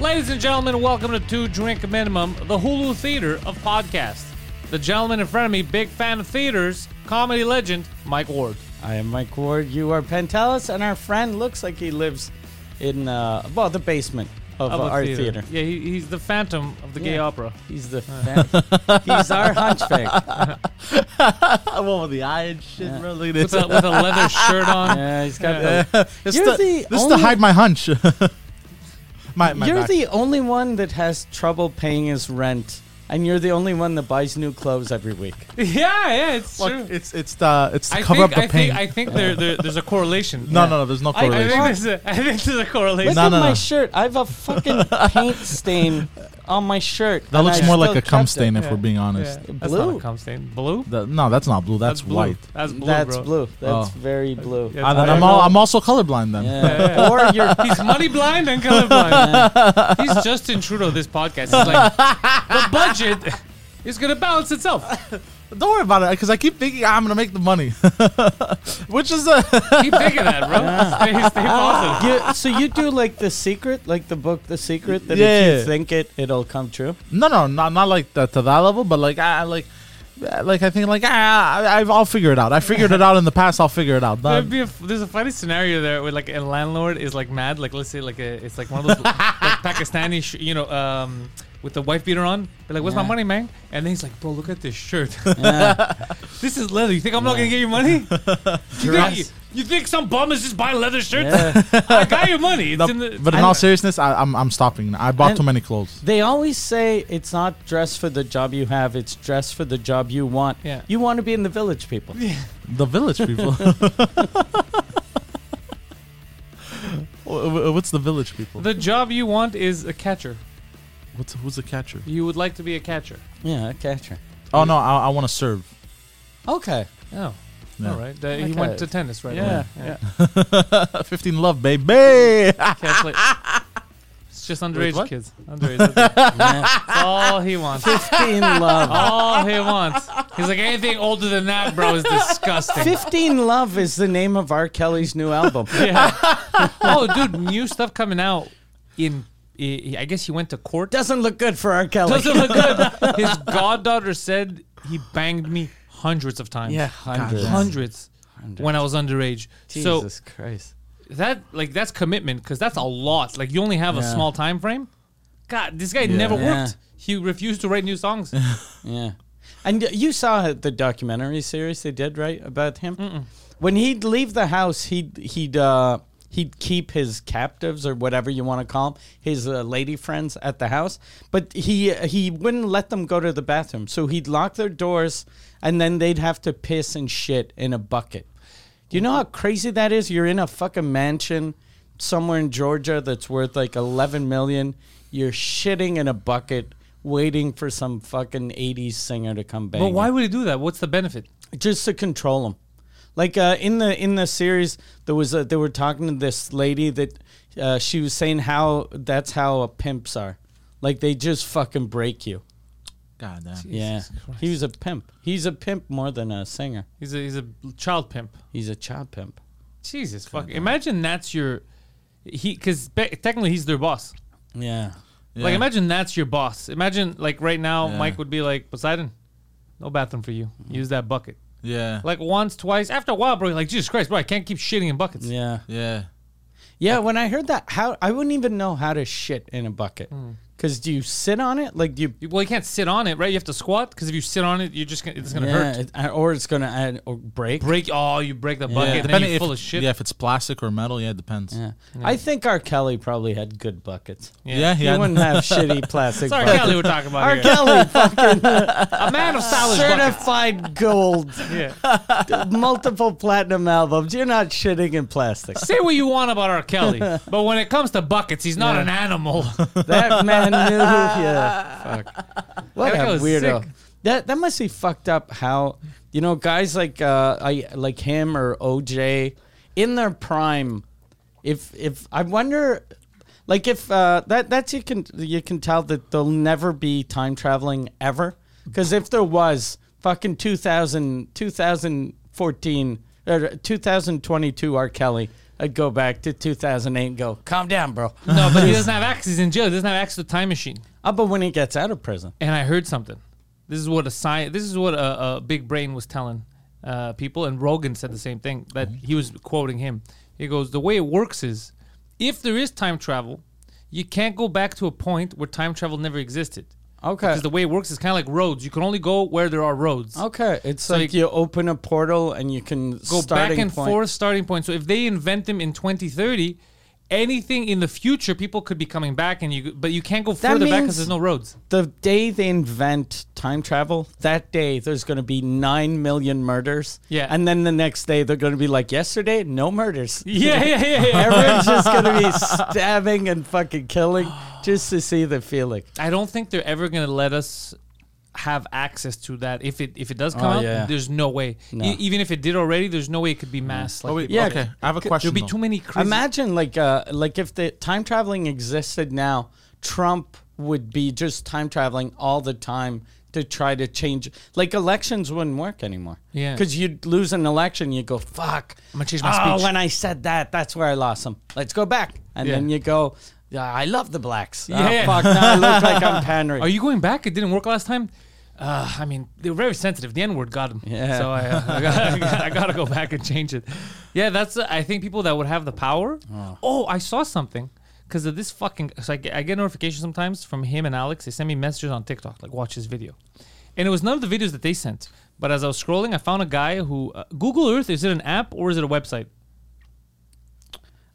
Ladies and gentlemen, welcome to Two Drink Minimum, the Hulu Theater of podcasts. The gentleman in front of me, big fan of theaters, comedy legend, Mike Ward. I am Mike Ward. You are Pentelis, and our friend looks like he lives in uh, well the basement of, a uh, our theater. Yeah, he, he's the phantom of the gay Yeah. opera. He's the he's our hunchback. I'm one with the eye and shit, bro. Look at this. With a, with a leather shirt on. Yeah, he's got the. This You're is the this is to only- hide my hunch. my my you're back. the only one that has trouble paying his rent, and you're the only one that buys new clothes every week. Yeah, yeah, it's Look, true. it's it's the it's to I cover think, up the I pain. think I think there, there there's a correlation. no, no, no. There's no I- I I think correlation. there's a, I think there's a correlation. Look No, at no, my no. shirt. I have a fucking paint stain on my shirt. that and looks I more still like a cum kept it. stain, if Yeah. we're being honest. Yeah, That's not Blue. a cum stain. Blue. The- no, that's not blue. That's, blue. white. That's blue. That's bro. blue. That's Oh. very blue. Yeah, Ah, then I I'm don't all, know. I'm also colorblind then. Yeah. or you're He's money blind and colorblind. He's Justin Trudeau. This podcast is like the budget is gonna balance itself. Don't worry about it, because I keep thinking "Ah, I'm gonna make the money, which is uh, Keep thinking that, bro. Stay, stay positive. you, so you do like the secret, like the book, the secret. That if Yeah. you think it, it'll come true. no, no, not not like that to that level, but like I I like. uh, Like I think, like ah, I, I've, I'll figure it out. I figured it out in the past. I'll figure it out. Nah, There'd be a, there's a funny scenario there where like a landlord is like mad. Like let's say like a, it's like one of those like, Pakistani, sh- you know, um, with the wife beater on. They're like, "Where's my Yeah. money, man?" And then he's like, "Bro, look at this shirt. Yeah. this is leather. You think I'm not gonna get your money? you, think, Dress. you, you think some bum is just buying leather shirts? Yeah. I got your money. It's No, in the, but in I- all seriousness, I, I'm I'm stopping. I bought And- too many clothes. They always say it's not dress for the job you have; it's dress for the job you want. Yeah. You want to be in the village, people. The village people. Wha- wha- What's the village people? The job you want is a catcher. What's who's a catcher? You would like to be a catcher. Yeah, a catcher. Oh no, I, I want to serve. Okay. Oh, Yeah. all right. Uh, He Like went to a- tennis, right? Yeah, yeah. Fifteen love, baby. Catch like, it's just underage what? kids. Underage. that's it. That's all he wants. Fifteen love. All he wants. He's like anything older than that, bro, is disgusting. Fifteen love is the name of R. Kelly's new album. Yeah. Oh, dude, new stuff coming out. In, I I guess he went to court. Doesn't look good for R. Kelly. Doesn't look good. His goddaughter said he banged me hundreds of times. yeah, hundreds. hundreds. When I was underage, so Jesus Christ. that like that's commitment because that's a lot. Like you only have a Yeah. small time frame. God, this guy never Yeah. worked. He refused to write new songs. Yeah. And y- you saw the documentary series they did, right, about him? When he'd leave the house, he'd he'd uh, he'd keep his captives or whatever you want to call them, his uh, lady friends at the house, but he he wouldn't let them go to the bathroom. So he'd lock their doors and then they'd have to piss and shit in a bucket. Do you know how crazy that is? You're in a fucking mansion somewhere in Georgia that's worth like 11 million. You're shitting in a bucket waiting for some fucking 80s singer to come back. but why would he do that? What's the benefit? Just to control them. Like uh, in the in the series, there was a, they were talking to this lady that uh, she was saying how that's how pimps are, like they just fucking break you. God damn. Yeah, Jesus Christ. he was a pimp. He's a pimp more than a singer. He's a he's a child pimp. He's a child pimp. Jesus fuck! Imagine that's your he because technically he's their boss. Yeah, Like Yeah. imagine that's your boss. Imagine like right now Yeah. Mike would be like Poseidon, no bathroom for you. Mm-hmm. Use that bucket. Yeah. Like once, twice. After a while, bro, you're like Jesus Christ, bro, I can't keep shitting in buckets. yeah. yeah. Yeah, when I heard that, how I wouldn't even know how to shit in a bucket. Cause do you sit on it? Like do you? You- Well, you can't sit on it, right? You have to squat because if you sit on it, you're just gonna, it's gonna yeah, hurt. it- or it's gonna uh, or break. Break. Oh, you break the bucket, and then Depending you're if, full of shit. Yeah, if it's plastic or metal, yeah, it depends. Yeah. I think R. Kelly probably had good buckets. Yeah. Yeah, He yeah. wouldn't have shitty plastic. Sorry, buckets. Kelly, we're talking about R. here. Kelly, fucking A man of solid buckets. certified gold, Yeah. multiple platinum albums. You're not shitting in plastic. Say what you want about R. Kelly, but when it comes to buckets, he's not an animal. That man knew. Yeah. Fuck. What That a was weirdo. sick. That that must be fucked up. How you know guys like uh I like him or OJ in their prime. If if I wonder, like if uh that that's you can you can tell that they'll never be time traveling ever. Because if there was fucking 2000, 2014 or 2022 R Kelly. I'd go back to 2008 and go, calm down, bro. No, but he doesn't have access. He's in jail. He doesn't have access to the time machine. Uh, but when he gets out of prison, And I heard something. This is what a sci- This is what a, a big brain was telling uh, people, and Rogan said the same thing that Mm-hmm. he was quoting him. He goes, "The way it works is, if there is time travel, you can't go back to a point where time travel never existed. okay, Because the way it works is kind of like roads. You can only go where there are roads. okay, it's So like you- you, open a portal and you can go back starting and point. forth starting point. So if they invent them in 2030, anything in the future, people could be coming back, and you but you can't go further back means- because there's no roads. The day they invent time travel, that day there's going to be nine million murders. Yeah. and then the next day they're going to be like, yesterday, no murders. Yeah, yeah, yeah, yeah. Everyone's just going to be stabbing and fucking killing just to see the feeling. I don't think they're ever gonna let us have access to that. If it if it does come Oh, out, yeah. there's no way. No. E- even if it did already, there's no way it could be mass. Like, Oh, wait, Yeah, okay. I have a there'll question. be though. too many. Crazy, Imagine like uh like if the time traveling existed now, Trump would be just time traveling all the time to try to change like elections wouldn't work anymore. Yeah. Because you'd lose an election, you go, fuck. I'm gonna change my oh, speech." when I said that, that's where I lost him. Let's go back. And Yeah. then you go, "Yeah, I love the blacks. Yeah. Oh, fuck, now I look like I'm Henry. Are you going back? It didn't work last time. Uh, I mean, they were very sensitive. The N word got them. Yeah. So I, uh, I, gotta, I, gotta, I gotta go back and change it. Yeah, that's. Uh, I think people that would have the power. Oh, I saw something because of this fucking. So I, get, I get notifications sometimes from him and Alex. They send me messages on TikTok like, watch this video, and it was none of the videos that they sent. But as I was scrolling, I found a guy who uh, Google Earth. Is it an app or is it a website?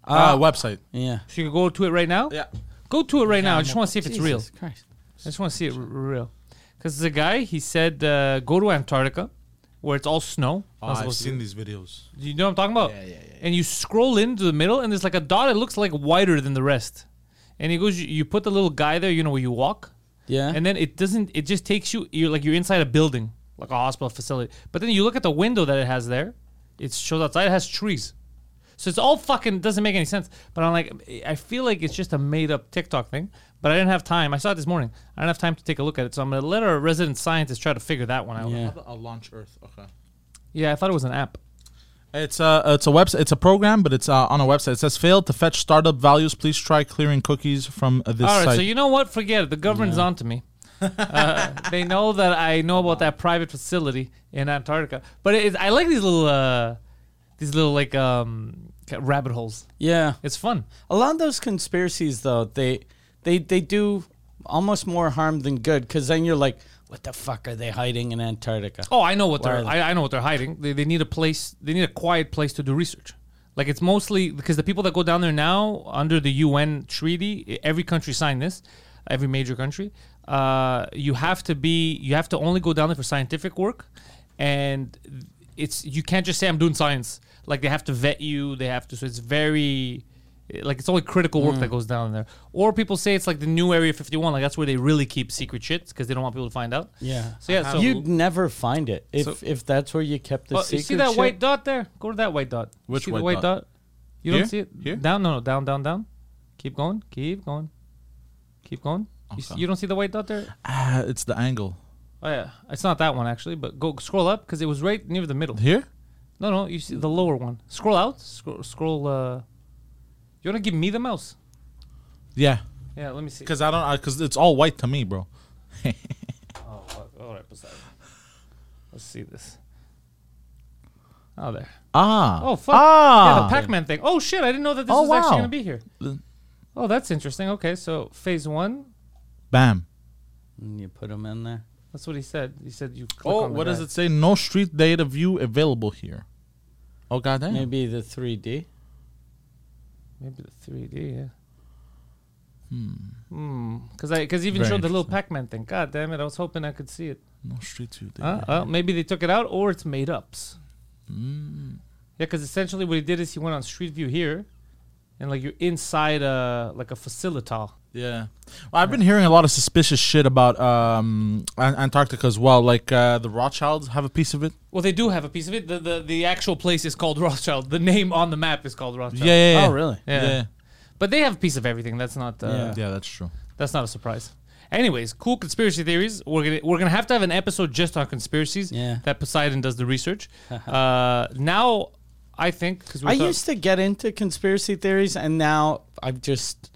Ah. uh, website. yeah. So you can go to it right now. Yeah. Go to it right now. I just want to see if it's real. Jesus Christ. I just want to see it r- real. Because there's a guy, he said, uh, go to Antarctica, where it's all snow. Not Ah, I've supposed to seen be- Oh, these videos. You know what I'm talking about? Yeah, yeah, yeah, And you scroll into the middle, and there's like a dot. It looks like wider than the rest. And he goes, you, you put the little guy there, you know, where you walk. Yeah. And then it doesn't, it just takes you, you're like, you're inside a building, like a hospital facility. But then you look at the window that it has there, it shows outside, it has trees. So it's all fucking doesn't make any sense. But I'm like, I feel like it's just a made up TikTok thing. But I didn't have time. I saw it this morning. I didn't have time to take a look at it. So I'm gonna let our resident scientist try to figure that one out. Yeah, yeah. I'll launch Earth. Okay. I thought it was an app. It's a it's a website. It's a program, but it's uh, on a website. It says failed to fetch startup values. Please try clearing cookies from uh, this all right, site. so you know what? Forget it. The government's onto me. uh, they know that I know about that private facility in Antarctica. But it, I like these little, uh, these little like um, rabbit holes. Yeah. It's fun. A lot of those conspiracies, though, they they they do almost more harm than good because then you're like, what the fuck are they hiding in Antarctica? Oh, I know what Where they're. are they? I, I know what they're hiding. They, they need a place. They need a quiet place to do research. Like it's mostly because the people that go down there now under the UN treaty, e- every country signed this, every major country. Uh, you have to be. You have to only go down there for scientific work, and it's you can't just say I'm doing science. Like they have to vet you. They have to. So it's very. Like it's only critical work that goes down there, or people say it's like the new Area 51. Like that's where they really keep secret shit because they don't want people to find out. Yeah. So yeah. So You'd never find it if So- if that's where you kept the Oh, secret. you see that shit. white dot there? Go to that white dot. You Which see the white white dot? dot? You Here? don't see it? Here? Down, no, no, down, down, down. Keep going, keep going, keep going. You, s- Okay. you don't see the white dot there? Ah, it's the angle Oh yeah, it's not that one actually, but go scroll up because it was right near the middle. here. No, no, you see the lower one. Scroll out, scroll, scroll. Uh, you wanna give me the mouse? Yeah, Yeah, let me see. because I don't. Because it's all white to me, bro. Oh, uh, all right, Poseidon. Let's see this. Oh there. Ah. Oh fuck! Ah. Yeah, the Pac-Man thing. Oh shit! I didn't know that this Oh, was actually wow. gonna be here. Oh, that's interesting. Okay, so phase one. Bam. And you put them in there. That's what he said. He said you. Click Oh, on the what does guy. it say? No street data view available here. Oh goddamn. Maybe the 3D. Maybe the 3D. Yeah. Hmm. Hmm. Because I because even Very showed the little Pac-Man thing. God damn it! I was hoping I could see it. No street view data. Uh, well, maybe they took it out or it's made ups. Hmm. Yeah, because essentially what he did is he went on Street View here, and like you're inside a like a facilitol. Yeah. Well, I've been hearing a lot of suspicious shit about um, An- Antarctica as well. Like uh, the Rothschilds have a piece of it. Well, they do have a piece of it. The, the the actual place is called Rothschild. The name on the map is called Rothschild. yeah, yeah. Oh, really? Yeah. Yeah. But they have a piece of everything. That's not uh, Yeah. Yeah, that's true. that's not a surprise. Anyways, cool conspiracy theories. We're gonna we're gonna have to have an episode just on conspiracies. Yeah. That Poseidon does the research. uh, now I think because I used to get into conspiracy theories, and now I've just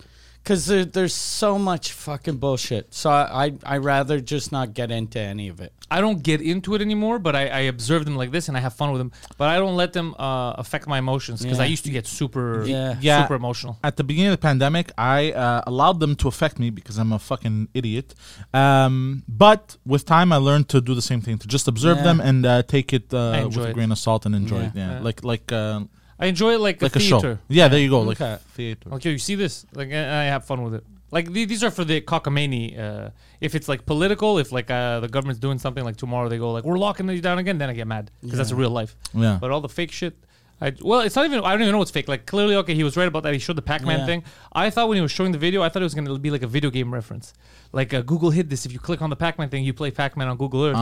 because there, there's so much fucking bullshit. So I, I I rather just not get into any of it. I don't get into it anymore, but I, I observe them like this and I have fun with them. But I don't let them uh, affect my emotions because I Yeah. used to get super, Yeah. Yeah. super emotional. At the beginning of the pandemic, I uh, allowed them to affect me because I'm a fucking idiot. Um, but with time, I learned to do the same thing—to just observe Yeah. them and uh, take it uh, enjoy with a it. grain of salt and enjoy Yeah. it. Yeah, Yeah. like like uh, I enjoy it like, like a a, theater. show. Yeah, there you go, like Okay. theater. Like, yo, you see this? Like, and I have fun with it. Like, the- these are for the cockamamie. Uh, if it's like political, if like uh, the government's doing something, like tomorrow they go like we're locking these down again, then I get mad because that's real life. Yeah. But all the fake shit, I well, it's not even. I don't even know what's fake. Like, clearly, okay, he was right about that. He showed the Pac-Man Yeah. thing. I thought when he was showing the video, I thought it was gonna be like a video game reference. Like uh, Google hid this. If you click on the Pac-Man thing, you play Pac-Man on Google Earth.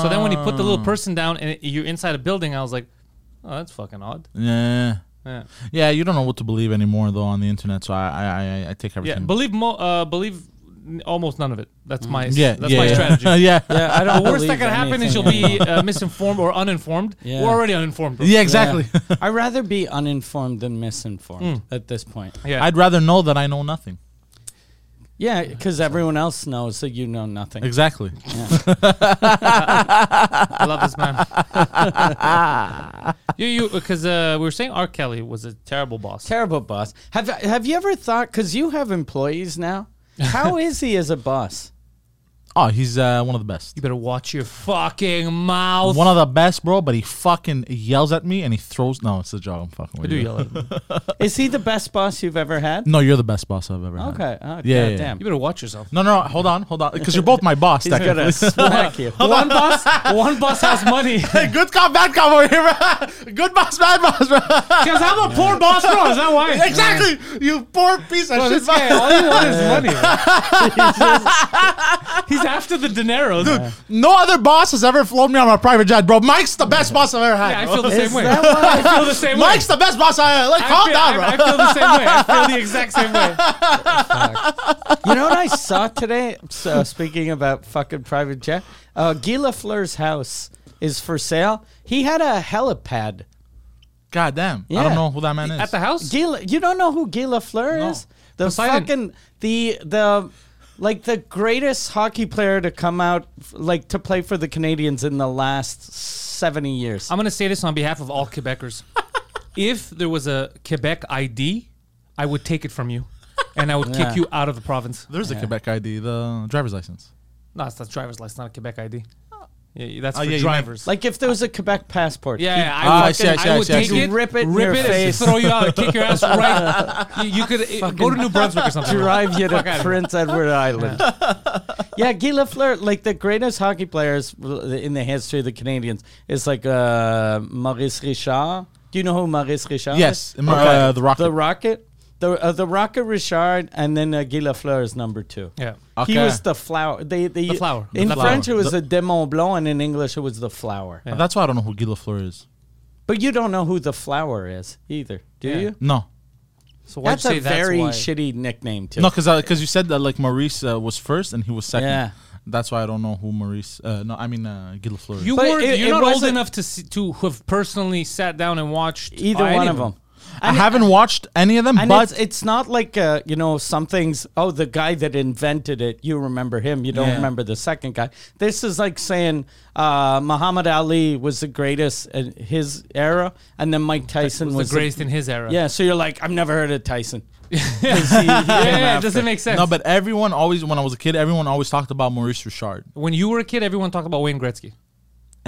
So then when he put the little Ah. person down and it- you're inside a building, I was like, oh, that's fucking odd. Yeah. Yeah. Yeah, you don't know what to believe anymore though on the internet, so I I, I, I take Yeah, everything. believe mo- uh, believe n- almost none of it. That's my yeah, that's yeah, my yeah. strategy. yeah, Yeah, I The don't. worst that can happen is you'll be uh, misinformed or uninformed. Yeah. We're already uninformed. Bro. yeah, exactly. I'd rather be uninformed than misinformed at this point. yeah. I'd rather know that I know nothing. Yeah, because everyone else knows that you know nothing. Exactly. I love this man. you you because uh, we were saying R. Kelly was a terrible boss. Terrible boss. Have Have you ever thought? Because you have employees now. How is he as a boss? Oh, he's uh, one of the best. you better watch your fucking mouth. One of the best, bro. But he fucking yells at me and he throws. No, it's a joke. I'm I fucking with do you. yell at him. Is he the best boss you've ever had? No, you're the best boss I've ever had. Okay. Oh, Yeah, God yeah. damn. You better watch yourself. No, no, no, hold on, hold on, because you're both my boss. He's gonna technically. smack you. One boss, one boss has money. Good cop, bad cop over here. bro. Good boss, bad boss, bro. Because I'm a poor boss, bro. Is that why? exactly. You poor piece of Bro, shit. this guy, all he wants Uh, is money. bro. He's after the dinero. Dude, No other boss has ever flown me on a private jet, bro. Mike's the best boss I've ever had. Yeah, I bro. feel the Is same way. that why- I feel the same way. Mike's the best boss I ever. Like, I calm feel, down, I- bro. I, feel the same way. I feel the exact same way. You know what I saw today? So speaking about fucking private jet, uh, Guy Lafleur's house is for sale. He had a helipad. God damn. I Yeah. don't know who that man is. At the house? Guy, La- you don't know who Guy Lafleur No. is? The Poseidon. fucking the the like the greatest hockey player to come out f- like to play for the Canadians in the last seventy years. I'm going to say this on behalf of all Quebecers. if there was a Quebec ID, I would take it from you and I would Yeah. kick you out of the province. There's a Quebec ID, the driver's license. No, it's not driver's license, not a Quebec ID. Yeah, that's Oh, for yeah, you drivers. like if there was a Quebec passport. yeah, yeah, Ah, I would, I see, I see, I I would see, I take see. it, Rip it in rip your it, face. And throw you out, kick your ass right. you, you could eh, go to New Brunswick or something. drive you to Fuck outta here. Prince Edward Island. yeah, Guy Lafleur, like the greatest hockey players in the history of the Canadians, is like uh, Maurice Richard. Do you know who Maurice Richard Yes, is? Ma- uh, the Rocket. The Rocket. The, uh, the Rocket Richard, and then uh, Guy Lafleur is number two. Yeah. Okay. He was the flower. They, they, The flower. In The flower. French, it was the, Demon Blanc, and in English, it was the flower. Yeah. That's why I don't know who Guy Lafleur is. But you don't know who the flower is either, do Yeah. you? No. So why'd That's you say a very why? shitty nickname, too. No, because because you said that like Maurice uh, was first and he was second. Yeah. That's why I don't know who Maurice. Uh, no, I mean uh, Guy Lafleur. You But were it- you're it not old wasn't- enough to see, to have personally sat down and watched Either uh, any one of them. I haven't watched any of them, And but it's, it's not like uh, you know some things. Oh, the guy that invented it, you remember him. You don't Yeah. remember the second guy. This is like saying uh, Muhammad Ali was the greatest in his era, and then Mike Tyson was, was, the greatest in his era. yeah, so you're like, I've never heard of Tyson. yeah, yeah, it doesn't make sense. no. But everyone always, when I was a kid, everyone always talked about Maurice Richard when you were a kid, everyone talked about Wayne Gretzky.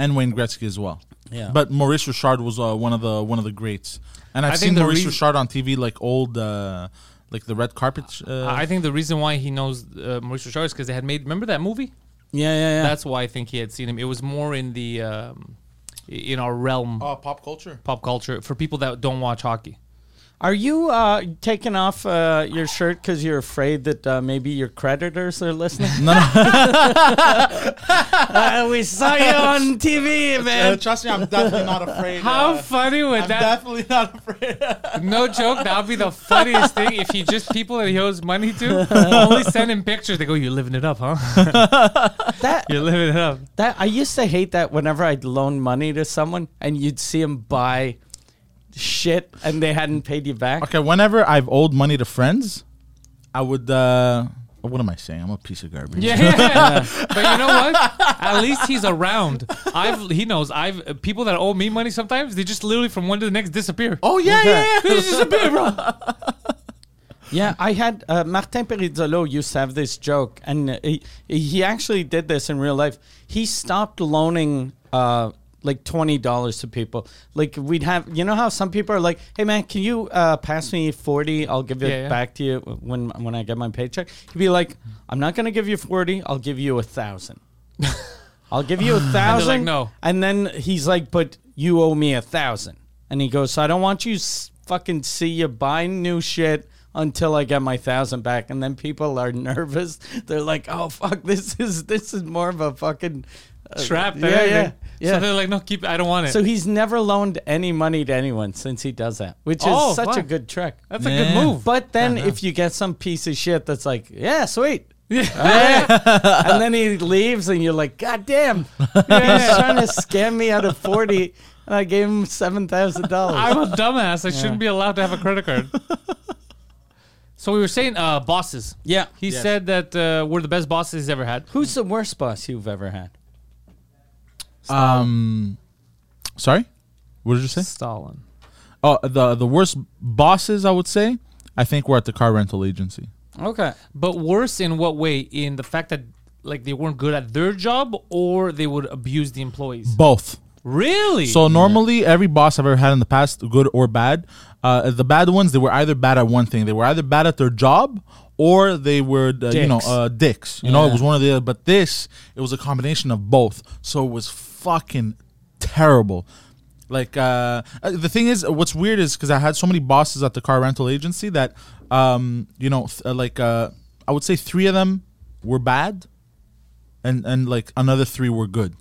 and Wayne Gretzky as well. Yeah. But Maurice Richard was uh, one of the one of the greats, and I've I think seen the Maurice reas- Richard on TV like old, uh, like the red carpet. Uh, I think the reason why he knows uh, Maurice Richard is because they had made. Remember that movie? Yeah, yeah, yeah. That's why I think he had seen him. It was more in the um, i- in our realm, Uh. pop culture. pop culture for people that don't watch hockey. Are you uh, taking off uh, your shirt because you're afraid that uh, maybe your creditors are listening? No, no. uh, we saw you on TV, uh, man. trust me, I'm definitely not afraid. How uh, funny would I'm that? definitely not afraid. no joke. That would be the funniest thing if he just people that he owes money to only send him pictures. They go, "You're living it up, huh? That You're living it up." That I used to hate that whenever I'd loan money to someone and you'd see him buy shit and they hadn't paid you back? Okay, whenever I've owed money to friends, I would. uh What am I saying? I'm a piece of garbage. Yeah, yeah. but you know what? At least he's around. I've he knows. I've uh, people that owe me money sometimes they just literally from one to the next disappear. Oh yeah, Okay. yeah, yeah. They just disappear, bro. Yeah, I had uh, Martin Perizzolo used to have this joke, and uh, he, he actually did this in real life. He stopped loaning uh, like twenty dollars to people. Like we'd have, you know how some people are like, "Hey man, can you uh, pass me forty? I'll give it Yeah, yeah. back to you when when I get my paycheck." He'd be like, "I'm not gonna give you forty. I'll give you a thousand. I'll give you a thousand. "No." And then he's like, "But you owe me a thousand. And he goes, "So I don't want you s- fucking see you buy new shit until I get my thousand back." And then people are nervous. They're like, "Oh fuck, this is this is more of a fucking uh, Trapped. and Yeah, yeah, everything. yeah. So they're like, no, keep. I don't want it. So he's never loaned any money to anyone since he does that, which is Oh, such a fuck. good trick. That's a Yeah. good move. But then if you get some piece of shit that's like, yeah, sweet. Yeah. and then he leaves and you're like, God damn. He's trying to scam me out of 40 and I gave him $7,000. I'm a dumbass. I shouldn't be allowed to have a credit card. so we were saying uh, bosses. Yeah. He said that uh, we're the best bosses he's ever had. Who's the worst boss you've ever had? Um, sorry, what did you say? Stalin. Oh, the the worst bosses I would say. I think we're at the car rental agency. Okay. But worse in what way? In the fact that like they weren't good at their job or they would abuse the employees. Both. Mm-hmm. Really? So normally every boss I've ever had in the past, good or bad, uh, the bad ones they were either bad at one thing. They were either bad at their job or they were uh, you know Dicks. uh, dicks. You know it Yeah. was one of the other. But this it was a combination of both. So it was fucking terrible. Like uh, uh, the thing is, what's weird is because I had so many bosses at the car rental agency that um, you know th- uh, like uh, I would say three of them were bad, and and like another three were good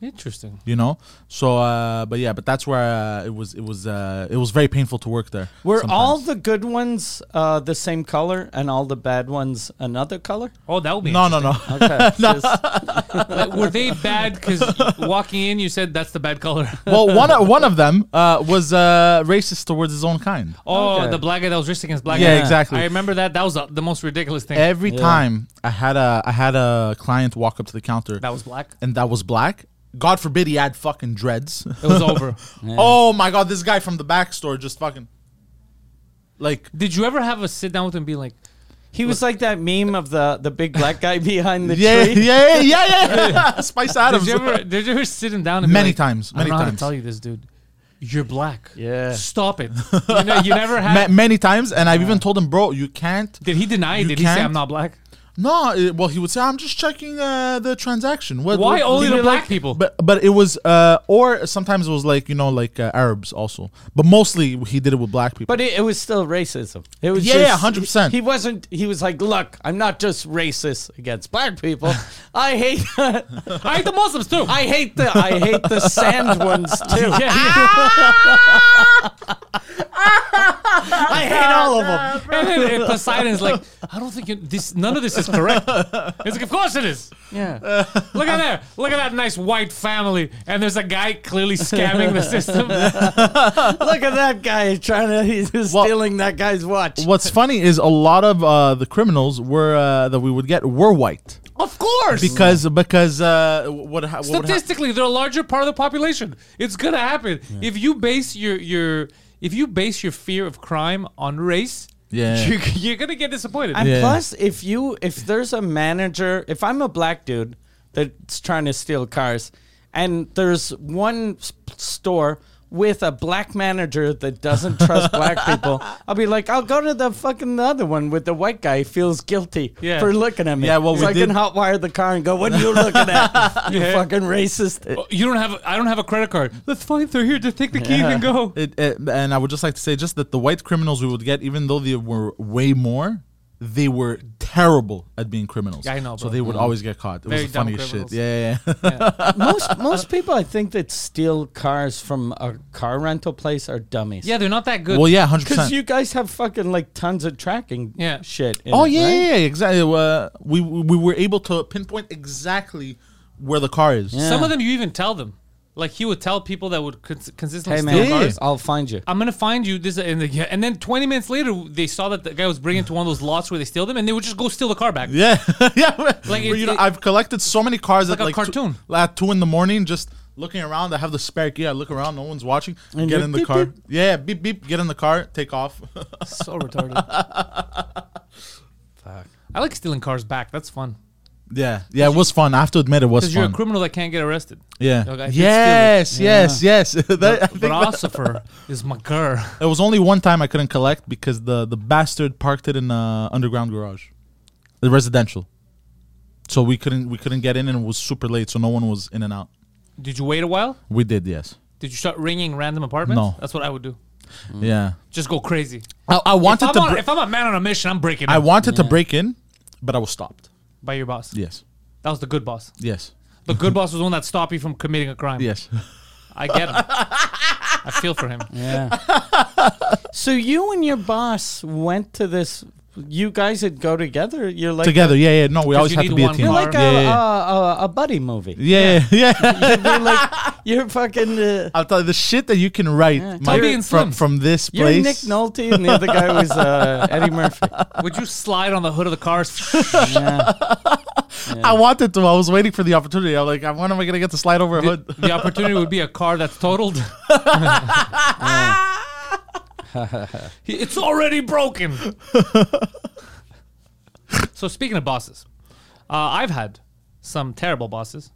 Interesting. you know so uh but yeah but that's where uh, it was it was uh it was very painful to work there Were sometimes. all the good ones uh, the same color and all the bad ones another color? Oh, that would be. no no no Okay. just- Like, were they bad? Because walking in, you said that's the bad color. well one o- one of them uh was uh racist towards his own kind Oh, Okay. the black guy that was racist against black Yeah, guy. exactly. I remember that. That was uh, the most ridiculous thing. every Yeah. time i had a i had a client walk up to the counter that was black. and that was black god forbid he had fucking dreads It was over. oh my god this guy from the back store just fucking like Did you ever have a sit down with him and be like, he was like that meme of the, the big black guy behind the yeah, tree. yeah yeah yeah yeah spice adams did you ever, did you ever sit him down and be Many like, times, I many don't know how to times. tell you this, dude. You're black. Yeah. Stop it. You, know, you never Ma- had. many times and i've even told him bro you can't did he deny? it? You Did he say can't? I'm not black? No, it, well, he would say, "I'm just checking uh, the transaction." What, Why what- only what- the black people? But but it was uh, or sometimes it was like you know like uh, Arabs also, but mostly he did it with black people. But it, it was still racism. It was Yeah, just- yeah, 100%. He wasn't. He was like, "Look, I'm not just racist against black people. I hate. I hate the Muslims too. I hate the. I hate the sand ones too. I hate all of them. and then and Poseidon's like, I don't think you, this. None of this is correct. He's like, of course it is. Yeah. Look at there. Look at that nice white family. And there's a guy clearly scamming the system. Look at that guy trying to. He's stealing that guy's watch. What's funny is a lot of uh, the criminals were uh, that we would get were white of course. because because uh, what, ha- what would hap- statistically they're a larger part of the population it's gonna happen if you base your your if you base your fear of crime on race Yeah. you're, you're gonna get disappointed And Yeah. plus, if you if there's a manager, if I'm a black dude that's trying to steal cars, and there's one s- store with a black manager that doesn't trust black people, I'll be like, I'll go to the fucking other one with the white guy. who feels guilty Yeah. for looking at me. Yeah, well, so we I did- can hotwire the car and go, "What are you looking at? you Yeah. fucking racist." you don't have I don't have a credit card that's fine they're here just take the keys and go It, it, and I would just like to say just that the white criminals we would get, even though they were way more, they were terrible at being criminals. Yeah, I know, So bro. Mm-hmm. they would always get caught. It Very was the dumb funniest shit. criminals. Yeah, yeah. yeah. most most people, I think, that steal cars from a car rental place are dummies. yeah they're not that good well, yeah, hundred Because percent. you guys have fucking like tons of tracking Yeah. shit. in Oh it, yeah, right? yeah, yeah, exactly. Uh, we we were able to pinpoint exactly where the car is. Yeah. some of them you even tell them Like he would tell people that would cons- consistently Hey steal man, Yeah. cars. I'll find Uh, you. I'm gonna find you this and, the, and then 20 minutes later they saw that the guy was bringing it to one of those lots where they steal them and they would just go steal the car back. Yeah, yeah. Like Like, you it- know, it- I've collected so many cars at like a like two- cartoon. at two in the morning, just looking around. I have the spare key. I look around, no one's watching. And get you- in the beep, car. beep. Yeah, beep beep. Get in the car. Take off. So retarded. I like stealing cars back. That's fun. yeah, yeah. It was fun. I have to admit, it was Because you're a fun. criminal that can't get arrested. yeah. Okay, I did steal it. yes, yes, yes, That- I think that- Philosopher is my girl. It was only one time I couldn't collect because the the bastard parked it in a underground garage, the residential. So we couldn't we couldn't get in, and it was super late. So no one was in and out. Did you wait a while? We did, yes. Did you start ringing random apartments? No. That's what I would do. Yeah. Just go crazy. Mm. I, I wanted If to. I'm, on, br- if I'm a man on a mission, I'm breaking I up wanted to break in, but I was stopped. by your boss. Yes. That was the good boss. Yes. The good boss was the one that stopped you from committing a crime. Yes. I get him. I feel for him. Yeah. so you and your boss went to this. You guys would go together. You're like Together. Yeah. Yeah. No, we always you had to need be a one team. You're car. like yeah, a, uh, yeah, a, a, a buddy movie. yeah. yeah, yeah. You're like you're fucking. Uh, I'll tell you the shit that you can write my, Tell me and from Slim. from this you're place. Nick Nolte, and the other guy was uh, Eddie Murphy. Would you slide on the hood of the car? Yeah. I wanted to. I was waiting for the opportunity. I'm like, when am I gonna get to slide over a the, hood? the opportunity would be a car that's totaled. it's already broken. so speaking of bosses, uh, I've had some terrible bosses.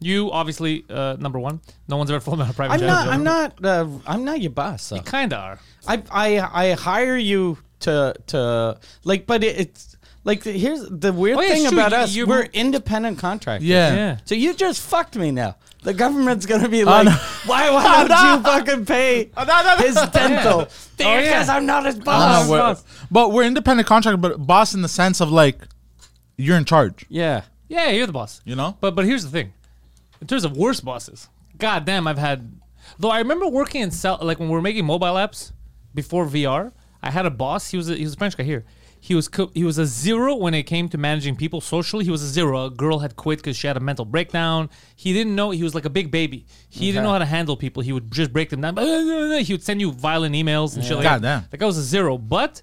You obviously uh, number one. No one's ever flown on a private I'm jet. not. I'm not. Uh, I'm not your boss. Though. Kinda are. I I I hire you to to like, but it, it's like the- here's the weird Oh, yeah, thing sure, about you- us. you're- We're independent contractors. Yeah. Yeah. So you just fucked me now. The government's gonna be like, why why don't you fucking pay no, no, no. his dental? Oh, yeah. Because I'm not his No, boss. we're- but we're independent contractor, but boss in the sense of like you're in charge. yeah. Yeah, you're the boss. You know? But but here's the thing, in terms of worst bosses, god damn, I've had. Though I remember working in cell, like when we were making mobile apps before VR, I had a boss. He was a, he was a French guy here. He was co- he was a zero when it came to managing people socially. He was a zero. A girl had quit because she had a mental breakdown. He didn't know. He was like a big baby. He didn't know how to handle people. He would just break them down. He would send you violent emails and shit like God that. damn. That guy was a zero, but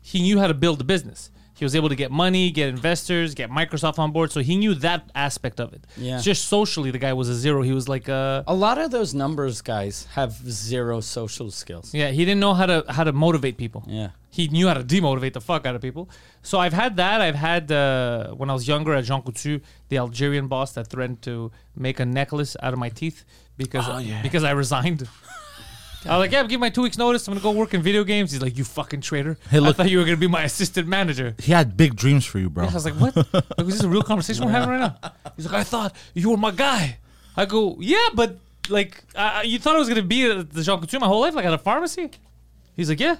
he knew how to build a business. He was able to get money, get investors, get Microsoft on board. So he knew that aspect of it. Yeah. Just socially, the guy was a zero. He was like, uh, A lot of those numbers guys have zero social skills. yeah, he didn't know how to how to motivate people. Yeah. He knew how to demotivate the fuck out of people. So I've had that. I've had uh, when I was younger at Jean Coutu, the Algerian boss that threatened to make a necklace out of my teeth because because I resigned. I was like, yeah, give my two weeks notice. I'm gonna go work in video games. He's like, you fucking traitor. Hey, look- I thought you were gonna be my assistant manager. He had big dreams for you, bro. I was like, what? like, is this a real conversation we're having right now? He's like, I thought you were my guy. I go, yeah, but like, uh, you thought I was gonna be at the Jean Coutu my whole life, like at a pharmacy. He's like, yeah,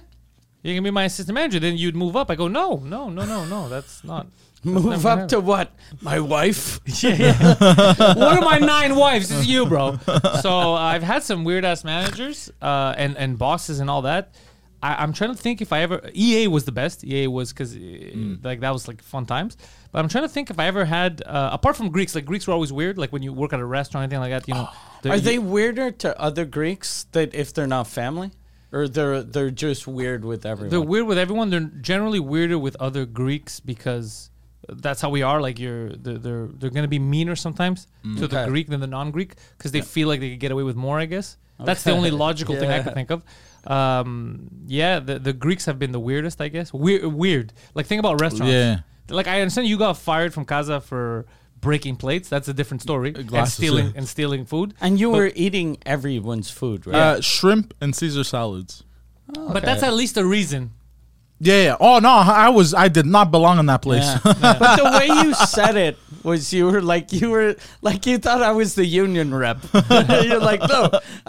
you're gonna be my assistant manager. Then you'd move up. I go, no, no, no, no, no. That's not. Move never up to what? My wife. Yeah, yeah. One of my nine wives is you, bro. So uh, I've had some weird ass managers uh, and and bosses and all that. I, I'm trying to think if I ever EA was the best. EA was because Mm. like that was like fun times. But I'm trying to think if I ever had uh, apart from Greeks. Like Greeks were always weird. Like when you work at a restaurant or anything like that, you know. the- Oh, Are they weirder to other Greeks that if they're not family, or they're they're just weird with everyone? They're weird with everyone. They're generally weirder with other Greeks because that's how we are. Like you're, they're they're, they're going to be meaner sometimes to the Okay. Greek than the non-Greek because they feel like they could get away with more. I guess that's the only logical thing I Yeah. could think of. Um, yeah, the the Greeks have been the weirdest. I guess weird, weird. Like think about restaurants. Yeah. Like I understand you got fired from Casa for breaking plates. That's a different story. and Uh, glasses, stealing yeah. and stealing food. and you were eating everyone's food, right? uh, shrimp and Caesar salads. But that's at least a reason. Yeah, yeah. Oh no, I was I did not belong in that place. Yeah. but the way you said it was you were like you were like you thought I was the union rep. you're like, no,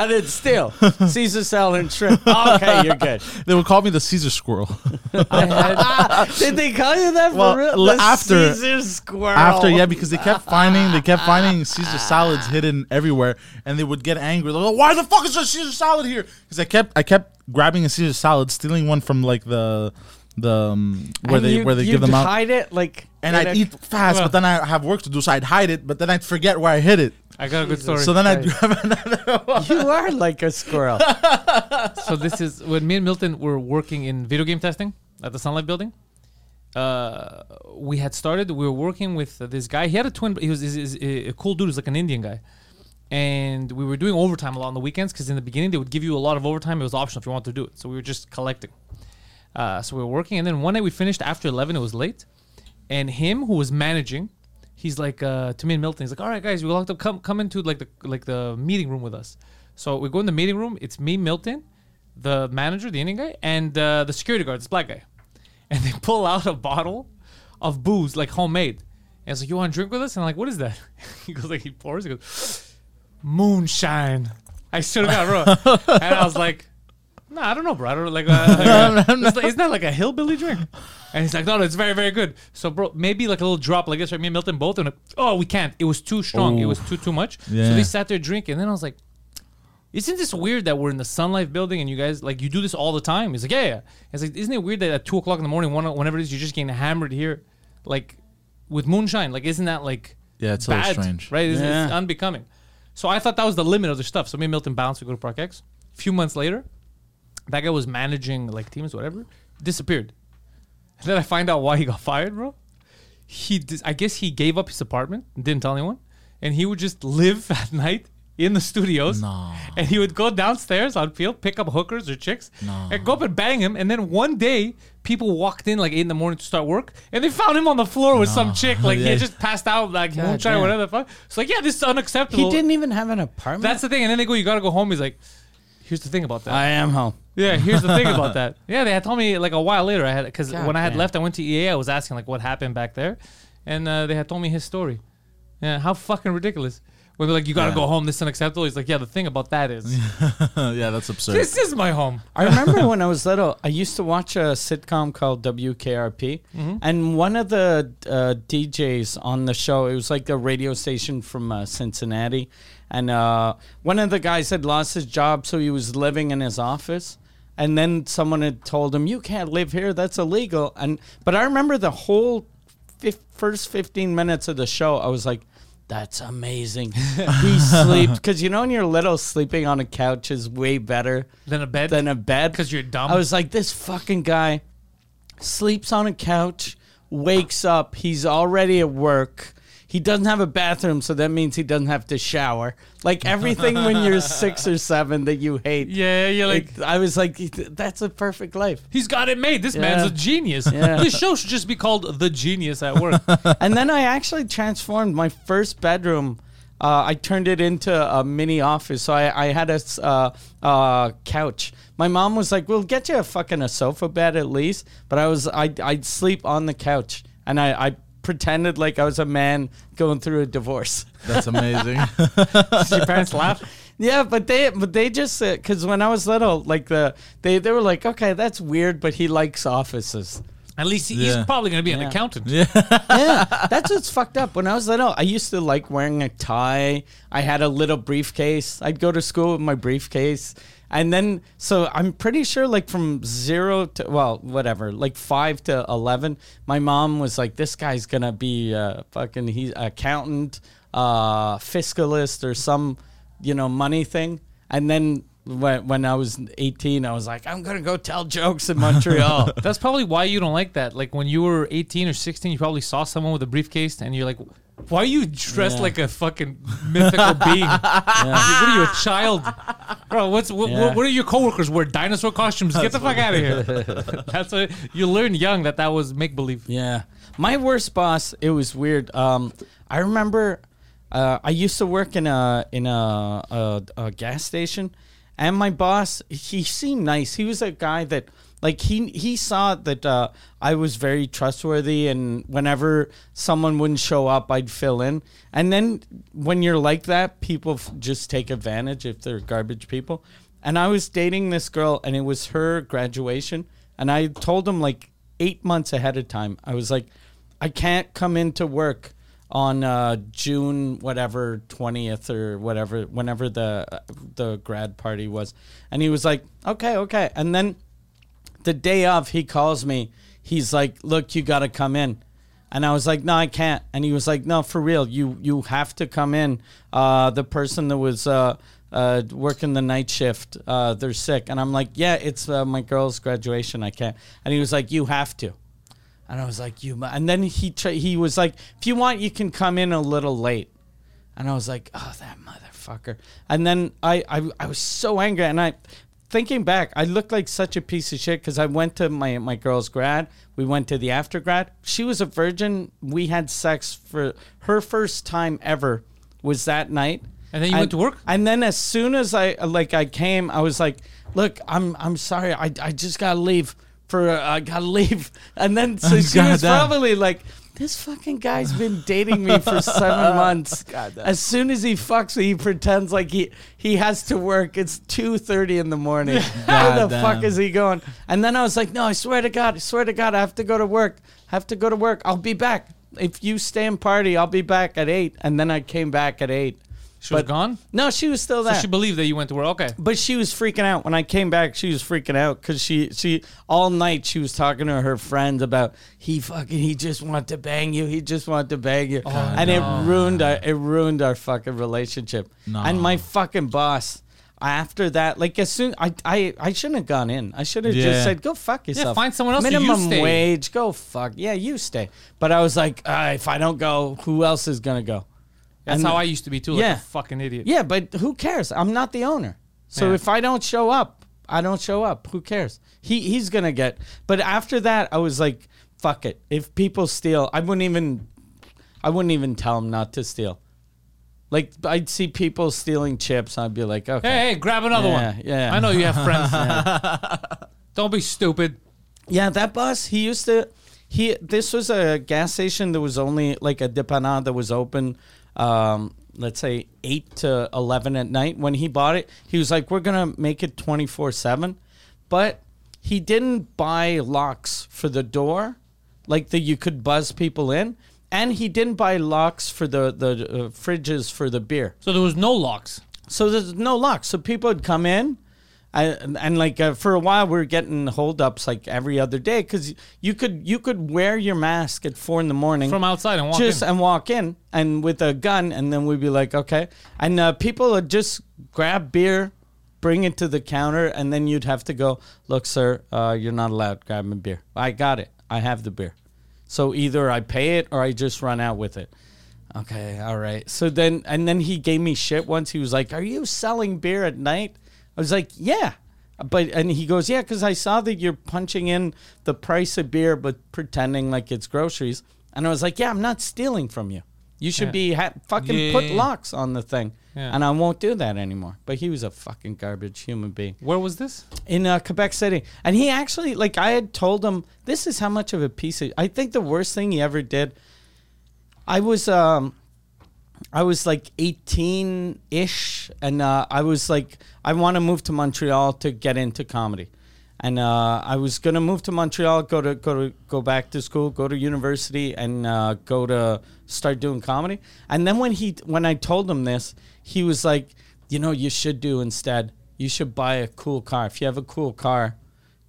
I did still. Caesar salad and shrimp. Okay, you're good. they would call me the Caesar squirrel. I had, Did they call you that for Well, real? l- The after- Caesar squirrel. After yeah, because they kept finding they kept finding Caesar salads hidden everywhere, and they would get angry. They're like, "Why the fuck is there Caesar salad here?" Because I kept I kept grabbing a Caesar salad, stealing one from like the the um, where And they you- where they you give them out. Hide it like. and I'd eat fast, but then I have work to do, so I'd hide it, but then I'd forget where I hid it. I got a good story. So So, then I'd grab You are like a squirrel. this is when me and Milton were working in video game testing at the Sunlight Building. Uh, we had started. We were working with this guy. He had a twin. He was is- is a cool dude. He was like an Indian guy, and we were doing overtime a lot on the weekends because in the beginning they would give you a lot of overtime. It was optional if you wanted to do it. So we were just collecting. Uh, so we were working, and then one night we finished after eleven. It was late, and him who was managing, he's like uh, to me and Milton. He's like, "All right, guys, we locked up. Come, come into like the like the meeting room with us." So we go in the meeting room. It's me, Milton, the manager, the Indian guy, and uh, the security guard, this black guy, and they pull out a bottle of booze, like homemade. And it's like, "You want to drink with us?" And I'm like, "What is that?" he goes like, he pours. He goes, "Moonshine." I should have got bro. and I was like. No, I don't know, bro. I don't know, like, uh, like, uh, it's like- Isn't that like a hillbilly drink? And he's like, no, no, it's very, very good. So, bro, maybe like a little drop like this, right? Me and Milton both, and like, oh, we can't. It was too strong. It Ooh. was too, too much. So Oh. Yeah. they sat there drinking. And then I was like, isn't this weird that we're in the Sun Life building and you guys like you do this all the time? He's like, yeah, yeah. It's like, isn't it weird that at two o'clock in the morning, one, whenever it is, you're just getting hammered here, like with moonshine? Like, isn't that like Yeah, it's a little strange. right? It's, it's Yeah. unbecoming. So I thought that was the limit of the stuff. So me and Milton bounced. We go to Park X. A few months later, that guy was managing like teams, whatever, disappeared. And then I find out why he got fired, bro. He, dis- I guess he gave up his apartment, and didn't tell anyone, and he would just live at night in the studios. No. And he would go downstairs on field, pick up hookers or chicks, No. and go up and bang him. And then one day, people walked in like eight in the morning to start work, and they found him on the floor with some chick, like he Yeah. had just passed out, like God moonshine, damn. whatever the fuck. It's like, yeah, this is unacceptable. He didn't even have an apartment. That's the thing. And then they go, you gotta go home. He's like, here's the thing about that. I am home. Yeah, here's the thing about that. Yeah, they had told me like a while later. I had because God when I had damn. left, I went to EA. I was asking like what happened back there, and uh, they had told me his story. Yeah, how fucking ridiculous. When they're like, you gotta Yeah. go home. This is unacceptable. He's like, yeah, the thing about that is, yeah, that's absurd. this is my home. I remember when I was little, I used to watch a sitcom called WKRP, and one of the uh, DJs on the show, it was like a radio station from uh, Cincinnati, and uh, one of the guys had lost his job, so he was living in his office. And then someone had told him, "You can't live here; that's illegal." And but I remember the whole fif- first fifteen minutes of the show, I was like, "That's amazing." he sleeps because you know when you're little, sleeping on a couch is way better Then a bed. than a bed 'Cause you're dumb. I was like, this fucking guy sleeps on a couch, wakes up, he's already at work. He doesn't have a bathroom, so that means he doesn't have to shower. Like everything when you're six or seven that you hate. yeah, you're like, Like I was like, that's a perfect life. He's got it made. This man's Yeah. a genius. Yeah. This show should just be called The Genius at Work. and then I actually transformed my first bedroom. Uh, I turned it into a mini office. So I, I had a s- uh, uh, couch. My mom was like, "We'll get you a fucking a sofa bed at least." But I was I I'd sleep on the couch, and I, I pretended like I was a man going through a divorce. that's amazing. Your parents laugh. Yeah, but they but they just because when I was little, like the they they were like, "Okay, that's weird," but he likes offices. At least he, Yeah. he's probably going to be an Yeah. accountant. yeah, that's what's fucked up. When I was little, I used to like wearing a tie. I had a little briefcase. I'd go to school with my briefcase. And then, so I'm pretty sure, like from zero to, well, whatever, like five to 11, my mom was like, this guy's going to be a fucking he's accountant, uh, fiscalist, or some, you know, money thing. And then when, when I was 18, I was like, I'm going to go tell jokes in Montreal. That's probably why you don't like that. Like when you were 18 or 16, you probably saw someone with a briefcase and you're like, why are you dressed Yeah. like a fucking mythical being? What are you, a child? Bro, what's, what, Yeah. what, what are your coworkers wear? Dinosaur costumes? Get the fuck out of here. That's what you learn young that that was make believe. Yeah. My worst boss, it was weird. Um, I remember uh, I used to work in a in a, a, a gas station, and my boss, he seemed nice. He was a guy that like he he saw that uh, I was very trustworthy, and whenever someone wouldn't show up, I'd fill in. And then when you're like that, people f- just take advantage if they're garbage people. And I was dating this girl, and it was her graduation, and I told him like eight months ahead of time. I was like, I can't come into work on uh, June whatever twentieth or whatever, whenever the the grad party was. And he was like, okay, okay. And then the day of, he calls me. he's like, "Look, you got to come in." And I was like, "No, I can't." And he was like, "No, for real. You you have to come in." Uh, the person that was uh, uh, working the night shift, uh, they're sick, and I'm like, "Yeah, it's uh, my girl's graduation. I can't." And he was like, "You have to." And I was like, "You." mu-" And then he tra- he was like, "If you want, you can come in a little late." And I was like, oh, that motherfucker. And then I, I, I was so angry. And I, thinking back, I looked like such a piece of shit because I went to my, my girl's grad. We went to the after grad. She was a virgin. We had sex for her first time ever was that night. And then you went to work? And then as soon as I uh, like I came, I was like, "Look, I'm I'm sorry. I, I just gotta leave for uh, I gotta leave." And then so she was Goddamn. probably like, "This fucking guy's been dating me for seven months. As soon as he fucks me, he pretends like he he has to work. It's two thirty in the morning. Where the Goddamn. fuck is he going?" And then I was like, "No, I swear to God, I swear to God, I have to go to work. I have to go to work. I'll be back." If you stay and party, I'll be back at eight. And then I came back at eight. She was But- gone. No, she was still So there. she believed that you went to work. Okay. but she was freaking out when I came back. She was freaking out because she she all night she was talking to her friends about he fucking he just wanted to bang you. He just wanted to bang Oh, you, and it ruined our it ruined our fucking relationship. No. And my fucking boss. After that, like as soon I I, I shouldn't have gone in. I should have Yeah. just said, "Go fuck yourself." find someone else or you Minimum stay. wage. Go fuck. Yeah, you stay. But I was like, uh, if I don't go, who else is gonna go? That's And- how I used to be too. Like Yeah. a fucking idiot. yeah, but who cares? I'm not the owner. So Yeah. if I don't show up, I don't show up. Who cares? He he's gonna get. But after that, I was like, fuck it. If people steal, I wouldn't even, I wouldn't even tell them not to steal. Like I'd see people stealing chips, I'd be like, okay. Hey, hey, grab another Yeah, one. yeah. I know you have friends. Don't be stupid. Yeah, that boss, he used to he this was a gas station that was only like a depanade that was open um let's say 8 to 11 at night when he bought it he was like we're going to make it 24/7 but he didn't buy locks for the door like that you could buzz people in and he didn't buy locks for the the uh, fridges for the beer So there was no locks. so there's no lock. So people would come in, and, and like uh, for a while we were getting holdups like every other day because you could you could wear your mask at four in the morning From outside and walk just in. and walk in and with a gun, and then we'd be like, okay, and uh, people would just grab beer. Bring it to the counter, and then you'd have to go. Look, sir, uh, you're not allowed. Grab me beer. I got it. I have the beer. So either I pay it or I just run out with it. Okay, all right. So then, and then he gave me shit once. He was like, "Are you selling beer at night?" I was like, "Yeah," but and he goes, "Yeah," because I saw that you're punching in the price of beer, but pretending like it's groceries. And I was like, "Yeah, I'm not stealing from you. You should Yeah. be ha- fucking Yeah, put yeah, yeah. locks on the thing." Yeah. And I won't do that anymore. But he was a fucking garbage human being Where was this? in uh, Quebec City, and he actually like I had told him this is how much of a piece of. I think the worst thing he ever did. I was um, I was like eighteen ish, and uh, I was like I want to move to Montreal to get into comedy, and uh, I was gonna move to Montreal, go to go to go back to school, go to university, and uh, go to start doing comedy. And then when he when I told him this, he was like, you know, you should do instead you should buy a cool car. If you have a cool car,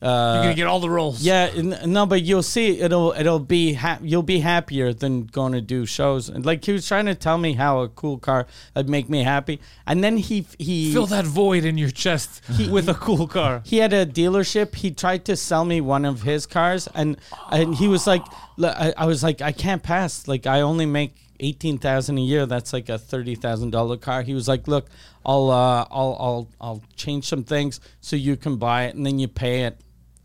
You're uh, gonna get all the rolls. yeah, n- no, but you'll see it'll it'll be ha- you'll be happier than going to do shows. And like he was trying to tell me how a cool car would make me happy, and then he he Fill that void in your chest with a cool car. he had a dealership. He tried to sell me one of his cars, and and he was like, l- I, I was like, I can't pass. Like I only make eighteen thousand a year. That's like a thirty thousand dollar car. He was like, look, I'll uh, I'll I'll I'll change some things so you can buy it, and then you pay it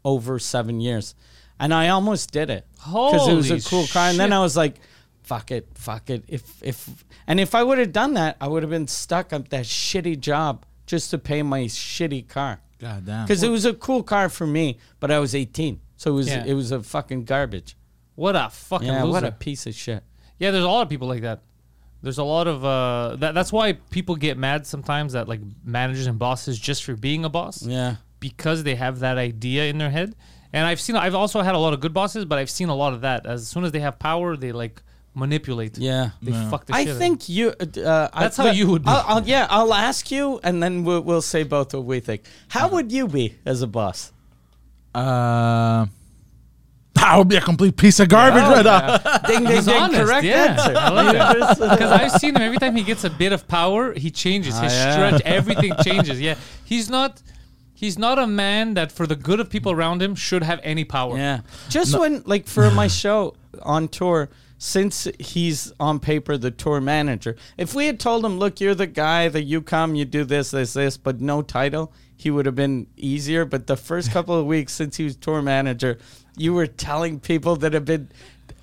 over seven years. And I almost did it because it was Holy a cool car. And then shit. I was like. Fuck it, fuck it. If if and if I would have done that, I would have been stuck at that shitty job just to pay my shitty car God damn. because it was a cool car for me, but I was 18, so it was Yeah. it was a fucking garbage. What a fucking Yeah, loser. what a piece of shit. Yeah, there's a lot of people like that. There's a lot of uh, that. That's why people get mad sometimes at like managers and bosses just for being a boss. Yeah. because they have that idea in their head. And I've seen. I've also had a lot of good bosses, but I've seen a lot of that. As soon as they have power, they like manipulate. Yeah. they fuck the I shit. out of think you. Uh, I- That's how but you would be. I'll, I'll, yeah, I'll ask you, and then we'll, we'll say both what we think. How would you be as a boss? Uh, That would be a complete piece of garbage right now. Ding, ding, He's ding. honest, Correct yeah. I answer. like Because I've seen him every time he gets a bit of power, he changes his Ah, yeah. stretch. Everything changes. Yeah, he's not. He's not a man that, for the good of people around him, should have any power. Yeah. Just when, like, for my show on tour, since he's on paper the tour manager, if we had told him, look, you're the guy that you come, you do this, this, this, but no title, he would have been easier. But the first couple of weeks since he was tour manager, you were telling people that have been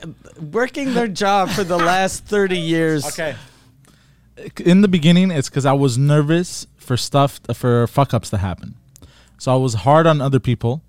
uh, working their job for the last 30 years. in the beginning, it's because I was nervous for stuff for fuck ups to happen. So I was hard on other people,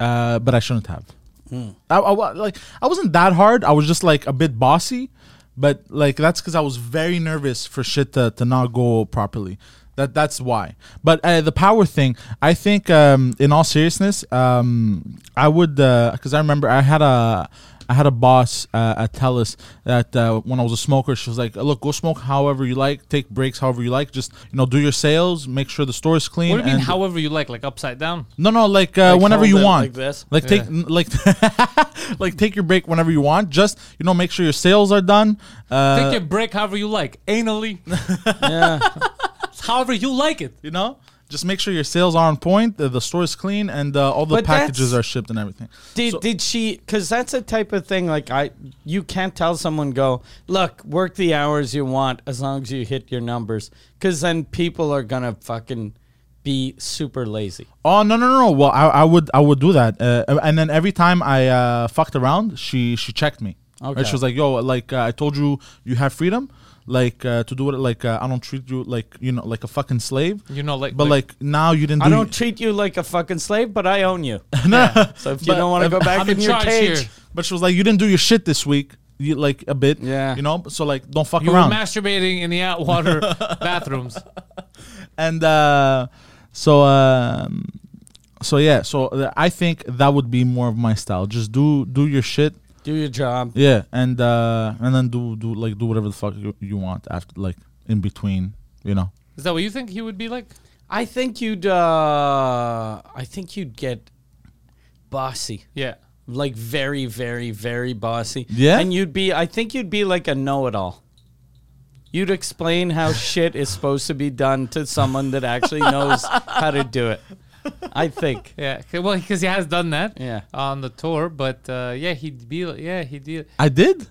uh, but I shouldn't have. Hmm. I, I wa- like I wasn't that hard. I was just like a bit bossy, but like that's because I was very nervous for shit to, to not go properly. That that's why. But uh, the power thing, I think, um, in all seriousness, um, I would because I remember I had a I had a boss uh, at Telus that uh, when I was a smoker, she was like, "Look, go smoke however you like, take breaks however you like, just you know do your sales, make sure the store is clean." What do you mean? and- However you like, like upside down. no, no, like, uh, Like whenever hold you it want. like this? Like take n- like like take your break whenever you want. Just you know, make sure your sales are done. Uh, Take your break however you like, anally, Yeah. however you like it. you know, just make sure your sales are on point. The, the store is clean and uh, all the But packages that's- are shipped and everything. Did did she? Because that's a type of thing. Like I, you can't tell someone go look work the hours you want as long as you hit your numbers. Because then people are gonna fucking be super lazy. Oh no no no! no. Well, I, I would I would do that, uh, and then every time I uh, fucked around, she she checked me. Right? Okay. She was like, "Yo, like uh, I told you, you have freedom, like uh, to do it. Like uh, I don't treat you like you know like a fucking slave. You know, like- but like- like, now you didn't. I do don't treat you like a fucking slave, but I own you. Yeah. So if you But- don't want to go back I'm in, in your charge cage, here. But she was like, "You didn't do your shit this week, you, like a bit, Yeah. You know, so like, don't fuck You around." were masturbating in the Atwater bathrooms. and uh, so, um, so yeah, so uh, I think that would be more of my style. Just do do your shit, do your job. yeah, and uh, and then do do like do whatever the fuck you, you want after, like in between, you know. Is that what you think he would be like? I think you'd. uh I think you'd get bossy. Yeah. Like very, very, very bossy. Yeah? And you'd be I think you'd be like a know it all. You'd explain how shit is supposed to be done to someone that actually knows how to do it. I think. Yeah, 'Kay, well, because he has done that. Yeah. on the tour, but uh, yeah, he'd be li- yeah he'd be I did.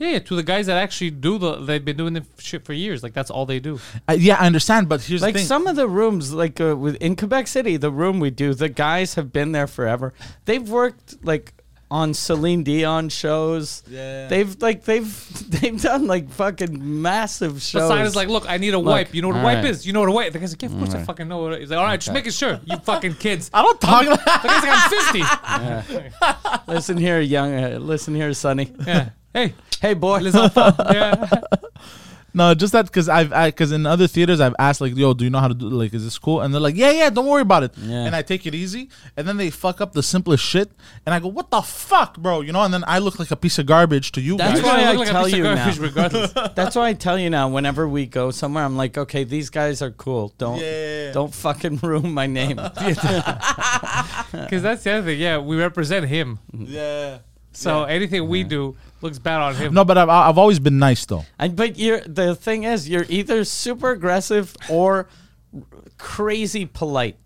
yeah, yeah to the guys that actually do the they've been doing the shit for years. Like that's all they do. I, yeah, I understand, but here's Like the thing. some of the rooms, like uh, with, in Quebec City, the room we do, the guys have been there forever. They've worked like on Celine Dion shows. Yeah. They've like they've they've done like fucking massive shows. But Simon's like, look, I need a wipe. You know what a wipe alright. is? You know what a wipe? The guy's like, yeah, of course I fucking know. What it is. He's like, all right, just making sure. You fucking kids. I don't talk. like the guy's like, I'm fifty. listen here, young, uh, listen here, Sonny. Yeah. Hey, Hey, boy. les enfants. Yeah. No, just that because I've because in other theaters I've asked like, "Yo, do you know how to do like is this cool?" And they're like, "Yeah, yeah, don't worry about it." Yeah. And I take it easy, and then they fuck up the simplest shit, and I go, "What the fuck, bro?" You know, and then I look like a piece of garbage to you That's guys. You're gonna why I look like a tell piece of you garbage now. Regardless. That's why I tell you now. Whenever we go somewhere, I'm like, okay, these guys are cool. Don't Yeah. don't fucking ruin my name. Because that's the other thing. Yeah, we represent him. Yeah. So anything we do looks bad on him. No, but I've I've always been nice though. and but you're the thing is, you're either super aggressive or crazy polite.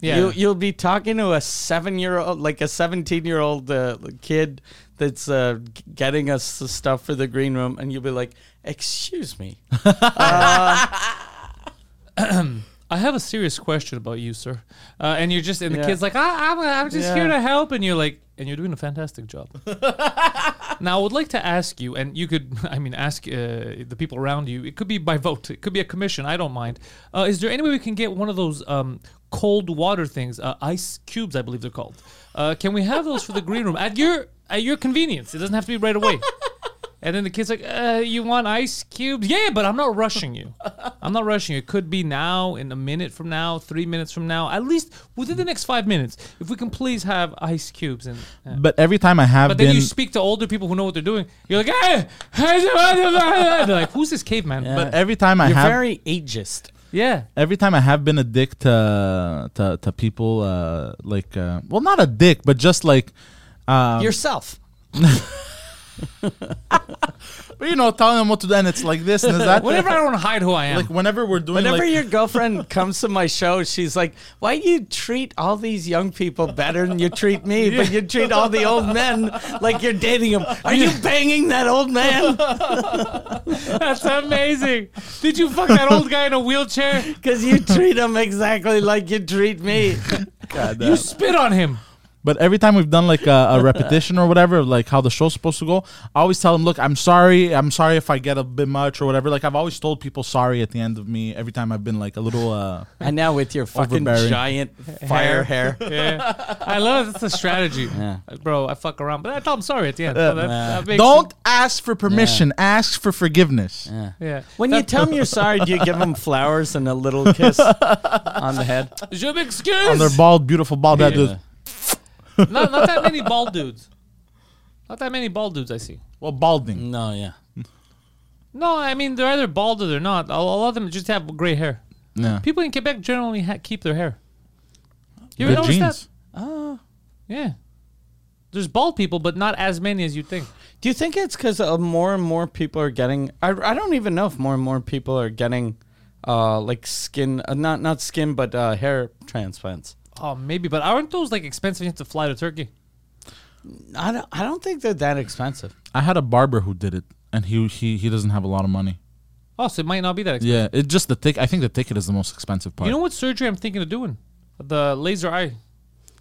Yeah. You, you'll be talking to a seven year old, like a 17 year old uh, kid that's uh, g- getting us the stuff for the green room, and you'll be like, Excuse me. I have a serious question about you, sir. Uh, and you're just, and the Yeah. kid's like, I, I'm, I'm just Yeah. here to help. And you're like, and you're doing a fantastic job. now, I would like to ask you, and you could, I mean, ask uh, the people around you. It could be by vote, it could be a commission. I don't mind. Uh, is there any way we can get one of those um, cold water things, uh, ice cubes, I believe they're called? Uh, can we have those for the green room at your at your convenience? It doesn't have to be right away. And then the kid's like, uh, "You want ice cubes? Yeah, but I'm not rushing you. I'm not rushing you. It could be now, in a minute from now, three minutes from now, at least within the next five minutes. If we can please have ice cubes." And uh, But every time I have but then been, you speak to older people who know what they're doing. You're like, "Hey, hey, they're like, who's this caveman?" Yeah. but every time I You're have very ageist. yeah. every time I have been a dick to to, to people, uh, like uh, well, not a dick, but just like Um, yourself. but you know, telling them what to do, and it's like this and it's that. Whenever I don't hide who I am, like whenever we're doing, Whenever like, your girlfriend comes to my show, she's like, "Why do you treat all these young people better than you treat me? But you treat all the old men like you're dating them. Are you banging that old man? that's amazing. Did you fuck that old guy in a wheelchair? Because you treat him exactly like you treat me." God, You spit on him. But every time we've done like a, a repetition or whatever, of, like how the show's supposed to go, I always tell them, "Look, I'm sorry. I'm sorry if I get a bit much or whatever." Like I've always told people sorry at the end of me every time I've been like a little. uh And now with your fucking Overbearing. giant fire hair. Yeah, I love it. It's a strategy, bro. I fuck around, but I tell him sorry at the end. So that, that makes Don't ask for permission. Ask for forgiveness. Yeah. When you tell them you're sorry, do you give them flowers and a little kiss on the head? Je On their m'excuse. bald, beautiful bald head. Yeah. not, not that many bald dudes. Not that many bald dudes I see. Well, Mm, balding. No, yeah, No, I mean they're either bald or they're not. A a lot of them just have gray hair. Yeah. People in Quebec generally ha- keep their hair. You ever Good notice that? genes. Yeah. There's bald people, but not as many as you think. Do you think it's because uh, more and more people are getting? I, I don't even know if more and more people are getting, uh, like skin, uh, not not skin, but uh, hair transplants. Oh, maybe, but aren't those like expensive? You have to fly to Turkey. I don't, I don't think they're that expensive. I had a barber who did it, and he he he doesn't have a lot of money. Oh, so it might not be that expensive. Yeah, it's just the ticket. I think the ticket is the most expensive part. You know what surgery I'm thinking of doing? The laser eye.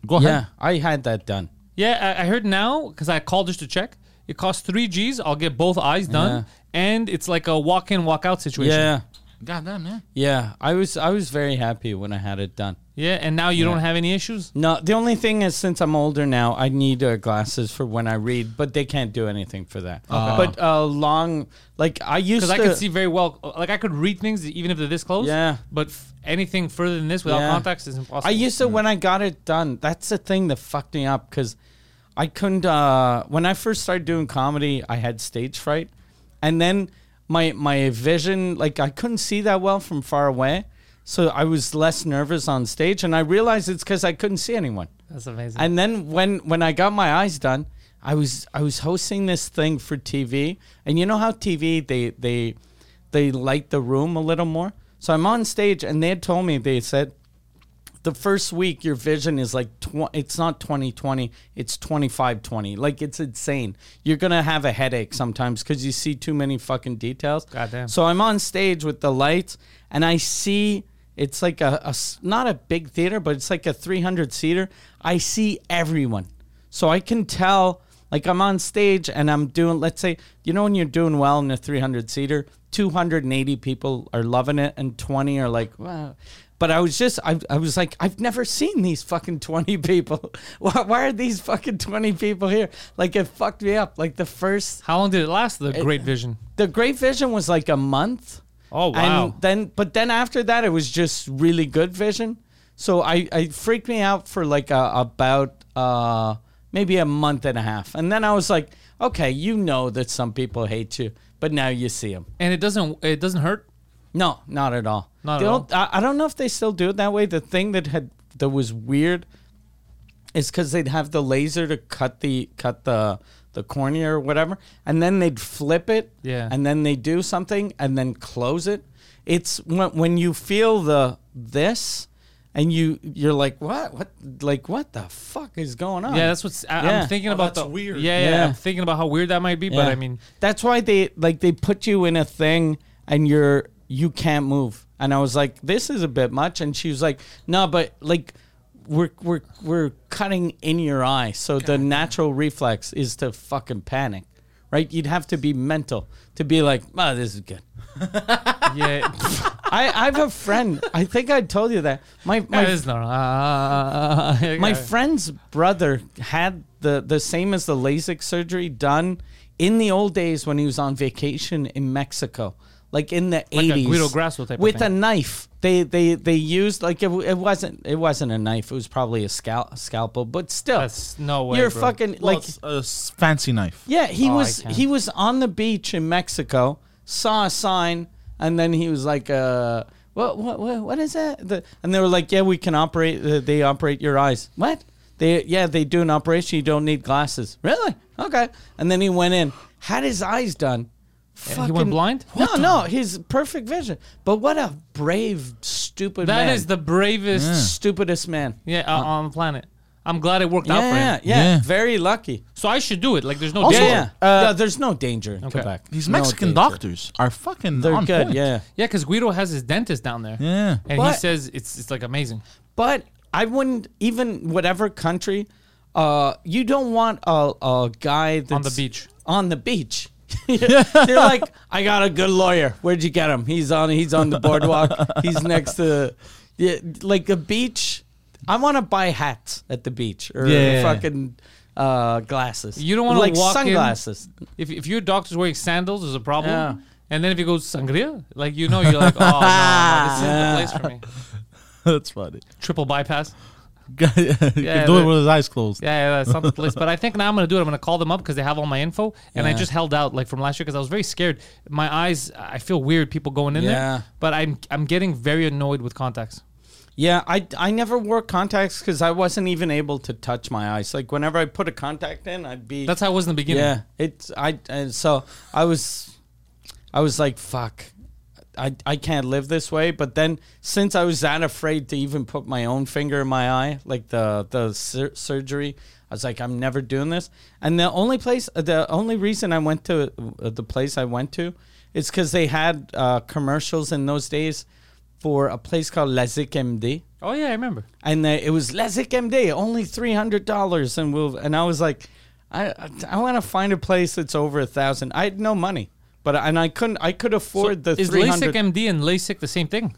Go ahead. Yeah, I had that done. Yeah, I, I heard now because I called just to check. It costs three G's. I'll get both eyes done, and it's like a walk-in, walk-out situation. Yeah, God damn, man. yeah. I was I was very happy when I had it done. Yeah, and now you don't have any issues. No, the only thing is since I'm older now, I need uh, glasses for when I read, but they can't do anything for that. But uh, long, like I used Because to. I could see very well, like I could read things even if they're this close. Yeah. But f- anything further than this without Yeah. contacts is impossible. I used to when I got it done. That's the thing that fucked me up because I couldn't. Uh, when I first started doing comedy, I had stage fright, and then my my vision like I couldn't see that well from far away, so I was less nervous on stage, and I realized it's because I couldn't see anyone. That's amazing. And then when when I got my eyes done, I was I was hosting this thing for TV, and you know how TV they they they light the room a little more. So I'm on stage, and they had told me they said the first week your vision is like tw- it's not 2020 it's 2520 like it's insane you're gonna have a headache sometimes because you see too many fucking details Goddamn. so i'm on stage with the lights and i see it's like a, a s- not a big theater but it's like a 300 seater i see everyone so i can tell like i'm on stage and i'm doing let's say you know when you're doing well in a 300 seater 280 people are loving it and 20 are like wow but I was just, I, I was like, I've never seen these fucking 20 people. Why, why are these fucking 20 people here? Like, it fucked me up. Like, the first, How long did it last? The Great Vision. the Great Vision was like a month. Oh, wow. And then, but then after that, it was just really good vision. So I, I freaked me out for like a, about uh, maybe a month and a half. And then I was like, okay, you know that some people hate you, but now you see them. And it doesn't. It doesn't hurt. No, not at all. Not They at don't- I, I don't know if they still do it that way. The thing that had that was weird is because they'd have the laser to cut the cut the the cornea or whatever, and then they'd flip it. Yeah. And then they do something and then close it. It's when when you feel the this. And you, you're like, what, what, like, what the fuck is going on? Yeah, that's what's. I, Yeah. I'm thinking Oh, about that's the weird. Yeah, yeah, Yeah. I'm thinking about how weird that might be, but Yeah. I mean, that's why they like they put you in a thing and you're you can't move. And I was like, this is a bit much. And she was like, no, but like we're we're we're cutting in your eye, so the natural reflex is to fucking panic, right? You'd have to be mental to be like, oh, this is good. yeah, I I have a friend. I think I told you that my my it is not. Uh, my friend's brother had the, the same as the LASIK surgery done in the old days when he was on vacation in Mexico, like in the Guido eighties. Grasso type of with a thing. knife. They they they used like it, w- it wasn't it wasn't a knife. It was probably a scal- scalpel, but still, That's no way, You're bro. fucking Well, like it's a s- fancy knife. yeah, he Oh, I was can't. he was on the beach in Mexico, saw a sign, and then he was like, uh, "What what what, what is that?" The, and they were like, "Yeah, we can operate. Uh, they operate your eyes." What? They They yeah, they do an operation. You don't need glasses. Really? Okay. And then he went in, had his eyes done. Yeah, he went blind? No, no, his perfect vision. But what a brave, stupid That man. is the bravest. stupidest man. Yeah, uh, on the planet. I'm glad it worked Yeah, out for him. yeah, yeah. Yeah. Very lucky. So I should do it. Like, there's no. Also- Yeah, danger. yeah. uh, No, there's no danger in Okay. Quebec. These No Mexican danger. doctors are fucking They're on good, point. yeah. Yeah, because Guido has his dentist down there. Yeah. And he But- says it's it's like amazing. But I wouldn't even whatever country. Uh, you don't want a, a guy that's On the beach. On the beach. They're like, I got a good lawyer. Where'd you get him? He's on. He's on the boardwalk. he's next to, yeah, like a beach. I want to buy hats at the beach or Yeah. fucking uh, glasses. You don't wanna like walk in- sunglasses. If if your doctor's wearing sandals, there's a problem. Yeah. And then if he goes sangria, like you know, you're like, oh no, no, this isn't the place for me. That's funny. Triple bypass. Guy- he could Yeah, do the- it with his eyes closed. Yeah, yeah, that's not the place. But I think now I'm gonna do it. I'm gonna call them up because they have all my info, and I Yeah. just held out like from last year because I was very scared. My eyes, I feel weird. People going in Yeah. there, but I'm I'm getting very annoyed with contacts. Yeah, I, I never wore contacts because I wasn't even able to touch my eyes. Like whenever I put a contact in, I'd be That's how it was in the beginning. yeah. It's I and so I was, I was like fuck, I I can't live this way. But then since I was that afraid to even put my own finger in my eye, like the the sur- surgery, I was like I'm never doing this. And the only place, the only reason I went to uh, the place I went to, is because they had uh, commercials in those days for a place called Lazic MD Oh yeah, I remember. and they, it was Lezic MD, only three hundred dollars, and we'll. And I was like, I I, want to find a place that's over a thousand. I had no money, but and I couldn't. I could afford the is three LASIK hundred. MD and LASIK the same thing?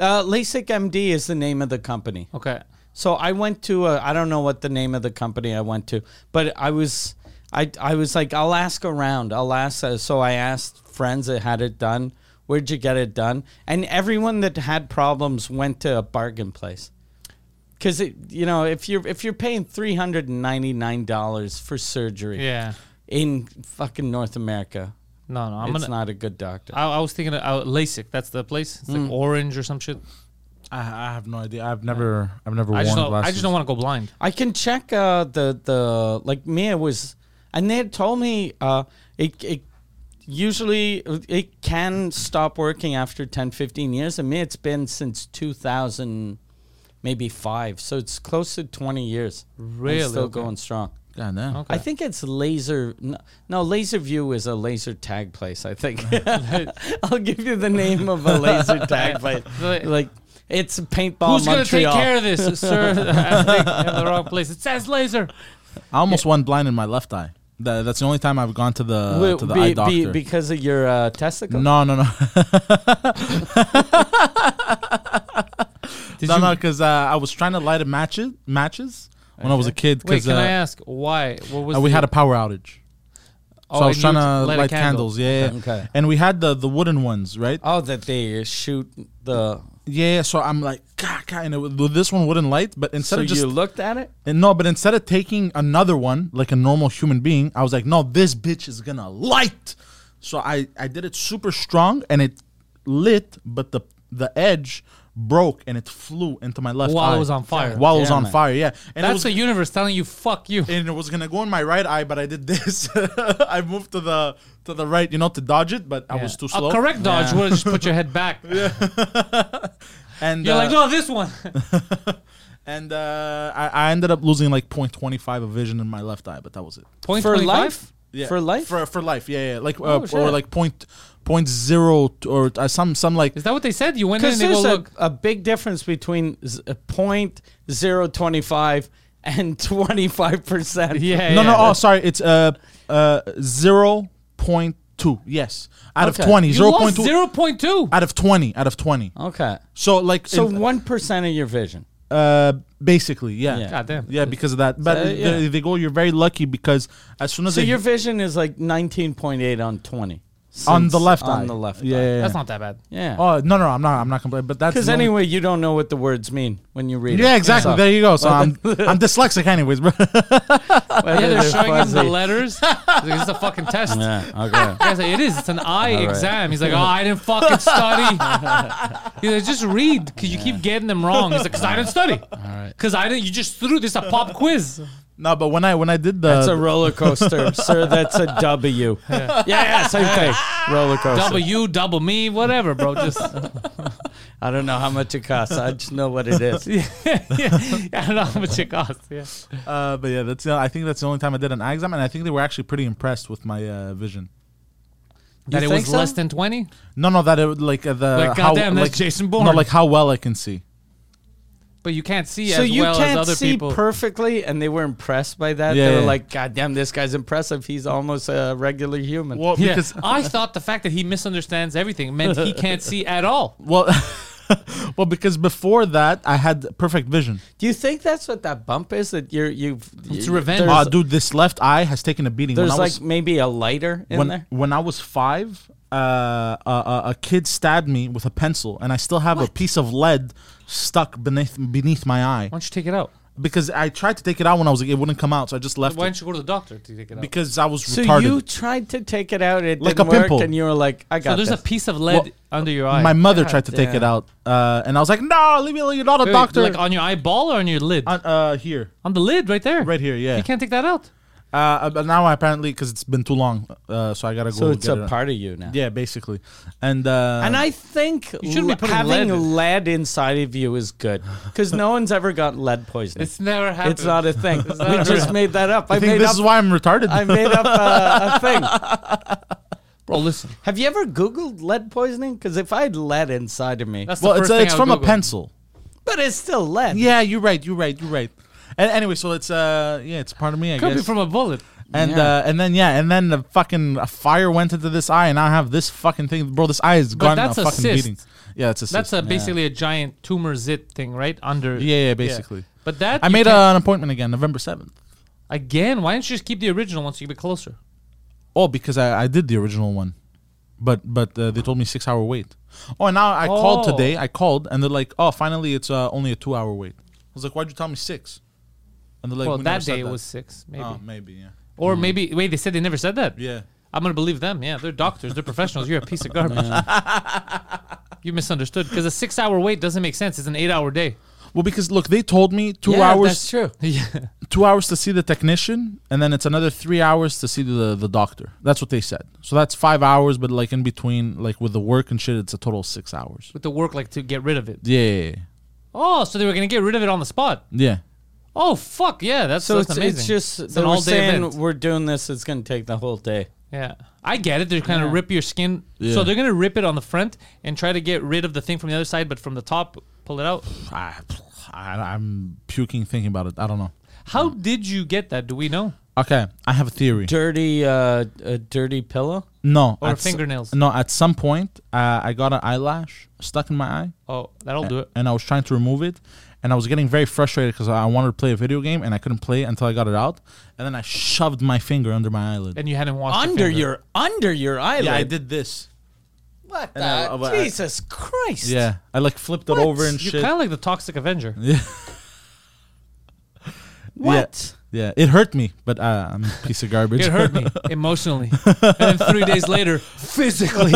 uh, LASIK MD is the name of the company. Okay. So I went to I I don't know what the name of the company I went to, but I was I I was like I'll ask around. I'll ask. Uh, so I asked friends that had it done. Where'd you get it done? And everyone that had problems went to a bargain place. Cause it, you know, if you're if you're paying three hundred and ninety nine dollars for surgery Yeah. in fucking North America, No, no, I'm it's gonna. not a good doctor. I, I was thinking of uh, LASIK. That's the place. It's Mm. like orange or some shit. I, I have no idea. I've never, I've never I worn just don't. glasses. I just don't want to go blind. I can check uh, the the like Mia was, and they had told me uh, it it usually it can stop working after 10, 15 years. And me, it's been since two thousand, maybe five, so it's close to twenty years. and Really? still Okay. going strong. God damn. Okay. I think it's laser. No, no, laser view is a laser tag place. I think I'll give you the name of a laser tag place. Like it's paintball. Who's gonna take Montreal. care of this, sir? I think I'm in the wrong place. It says laser. I almost went blind in my left eye. That, that's the only time I've gone to the Well, to the be- eye be- doctor. because of your uh, testicle. no, no, no, Did no, you- no. Because uh, I was trying to light a matches matches when I was a kid. Wait, Because can I uh, ask why? What was uh, we the- had a power outage, Oh, so I and was you trying would to light light, a candle. candles. Yeah, yeah. Okay. And we had the the wooden ones, right? Oh, that they shoot the. Yeah. So I'm like, "Gah, gah," and it, w- this one wouldn't light, but instead so of just you looked at it. And no, but instead of taking another one like a normal human being, I was like, no, this bitch is gonna light. So I I did it super strong and it lit, but the the edge broke and it flew into my left While it eye. was on fire. While it was Damn on it. fire, yeah. And it That's was the universe telling you, "Fuck you." and it was gonna go in my right eye, but I did this. I moved to the to the right, you know, to dodge it, but I was too A slow. Uh, correct dodge would have just put your head back. And You're uh, like, no, this one. and uh, I, I ended up losing like 0.25 of vision in my left eye, but that was it. Point For 25? life? Yeah. For life? For for life. Yeah, yeah. Like Oh, uh, or shit. like point point zero t- or uh, some some like Is that what they said? You went in Because and they go, there's a, look. a big difference between z- uh, point zero twenty five and twenty five percent. Yeah. no no. yeah. Oh, sorry. It's uh uh zero point two. Yes, out Okay. of twenty. You Zero point lost two. 0.2. Out of twenty. Out of twenty. Okay. So like Oh. So in- one percent of your vision. uh basically yeah. Yeah. yeah. God damn. because of that. But So, they- yeah. they, go, you're very lucky because as soon as So they your vision is like nineteen point eight on twenty. on Since- the left on eye. the left Yeah, eye. yeah, yeah. That's not that bad. Yeah. Oh no, no, I'm not. I'm not complaining. But that's Because the only- anyway, you don't know what the words mean when you read it. Yeah, exactly. So- There you go. So Well, I'm I'm dyslexic, anyways, bro. Whether Yeah, they're they're showing him the fuzzy. letters. It's a fucking test. Yeah, okay. Guys, it is. It's an eye right. exam. He's like, oh, I didn't fucking study. He's like, just read because you keep getting them wrong. He's like, because I didn't study. Because I didn't. You just threw this a pop quiz. no, but when I when I did the That's a roller coaster, sir. That's a W. Yeah, yeah, same thing. Roller coaster. Double you, double me, whatever, bro. Just I don't know how much it costs. I just know what it is. yeah, yeah. I don't know how much it costs. Yeah. uh, but yeah, that's the- I think that's the only time I did an eye exam, and I think they were actually pretty impressed with my uh, vision. That it think was so? less than twenty. No, no, that it would, like uh, the Like, how goddamn, that's like Jason no, Bourne. like how well I can see. But you can't see So as you well as can't other see people. perfectly, and they were impressed by that. Yeah, they were yeah. like, "God damn, this guy's impressive. He's almost a regular human." Well, yeah. because I thought the fact that he misunderstands everything meant he can't see at all. well, well, because before that I had perfect vision. Do you think that's what that bump is? That you're you've It's you- revenge. There's, Ah, dude, this left eye has taken a beating. there's when I like was, maybe a lighter in when, there. when I was five, uh, a, a- a kid stabbed me with a pencil, and I still have a piece of lead stuck beneath beneath my eye Why don't you take it out? because I tried to take it out when I was like, it wouldn't come out, so I just left Why it don't you go to the doctor to take it out? because I was So retarded. you tried to take it out, it Like didn't a work, pimple. and you were like, "I got so there's this." a piece of lead under your eye. my mother God tried to take it damn. out, uh, and I was like, "No, leave me alone. You're not a Wait, wait, doctor." like uh, on your eyeball or on your lid? on, uh, here, On the lid, right there. right here, yeah. You can't take that out. Uh, but now I apparently because it's been too long, uh, so I gotta go. so it's get a it. part of you now. Yeah, basically, and uh, And I think You shouldn't be le- putting having lead lead. in. inside of you is good because no one's ever got lead poisoning. It's, It's never happened. not a thing. we just made that up. I, I think made this up. is why I'm retarded. I made up uh, a thing. Bro, listen. Have you ever Googled lead poisoning? Because if I had lead inside of me, That's the well, first it's uh, thing it's I would from a Google. pencil. but it's still lead. Yeah, you're right. You're right. You're right. And anyway, so it's uh, yeah, it's part of me, I Could be guess. from a bullet. and Yeah. uh, and then yeah, and then the fucking a fire went into this eye, and I have this fucking thing, bro. This eye is But gone. that's a a fucking cyst. beating. Yeah, it's a cyst. That's a, basically a giant tumor zit thing, right? Under. yeah, yeah, basically. But that I you made uh, can't- an appointment again, November seventh. again. Why don't you just keep the original once you get closer? Oh, because I, I did the original one, but but uh, they told me six hour wait. Oh, and now I called Oh. today. I called and they're like, oh, finally it's uh, only a two hour wait. I was like, why'd you tell me six? And they're like, well, "We never that said day it was six, maybe, Oh, maybe yeah, or maybe wait. They said they never said that. yeah. I'm gonna believe them. Yeah, they're doctors. They're professionals. You're a piece of garbage. you misunderstood because a six-hour wait doesn't make sense. It's an eight-hour day. Well, because look, they told me two Yeah, That's hours, true. yeah. two hours to see the technician, and then it's another three hours to see the the doctor. That's what they said. So that's five hours, but like in between, like with the work and shit, it's a total of six hours. With the work, like to get rid of it. Yeah, yeah, yeah. Oh, so they were gonna get rid of it on the spot. yeah. Oh fuck yeah, that's So that's it's, amazing. it's just It's they're an all day saying event. we're doing this. It's going to take the whole day. Yeah, I get it. They're kind of Yeah. rip your skin. So Yeah. they're gonna rip it on the front and try to get rid of the thing from the other side, but from the top, pull it out. I, I, I'm puking thinking about it. I don't know. How Hmm. did you get that? Do we know? Okay, I have a theory. Dirty, uh, a dirty pillow. No, Or at s- fingernails. no, at some point, uh, I got an eyelash stuck in my eye, Oh, Uh, that'll do it. and I was trying to remove it, and I was getting very frustrated because I wanted to play a video game and I couldn't play it until I got it out, and then I shoved my finger under my eyelid. And you hadn't washed your Under finger. your under your eyelid. yeah, I did this. What And I- the- I- I- Jesus Christ? Yeah, I like flipped it What? over and You're shit. kind of like the Toxic Avenger. What? yeah, it hurt me, but uh, I'm a piece of garbage. It hurt me emotionally, and then three days later, physically.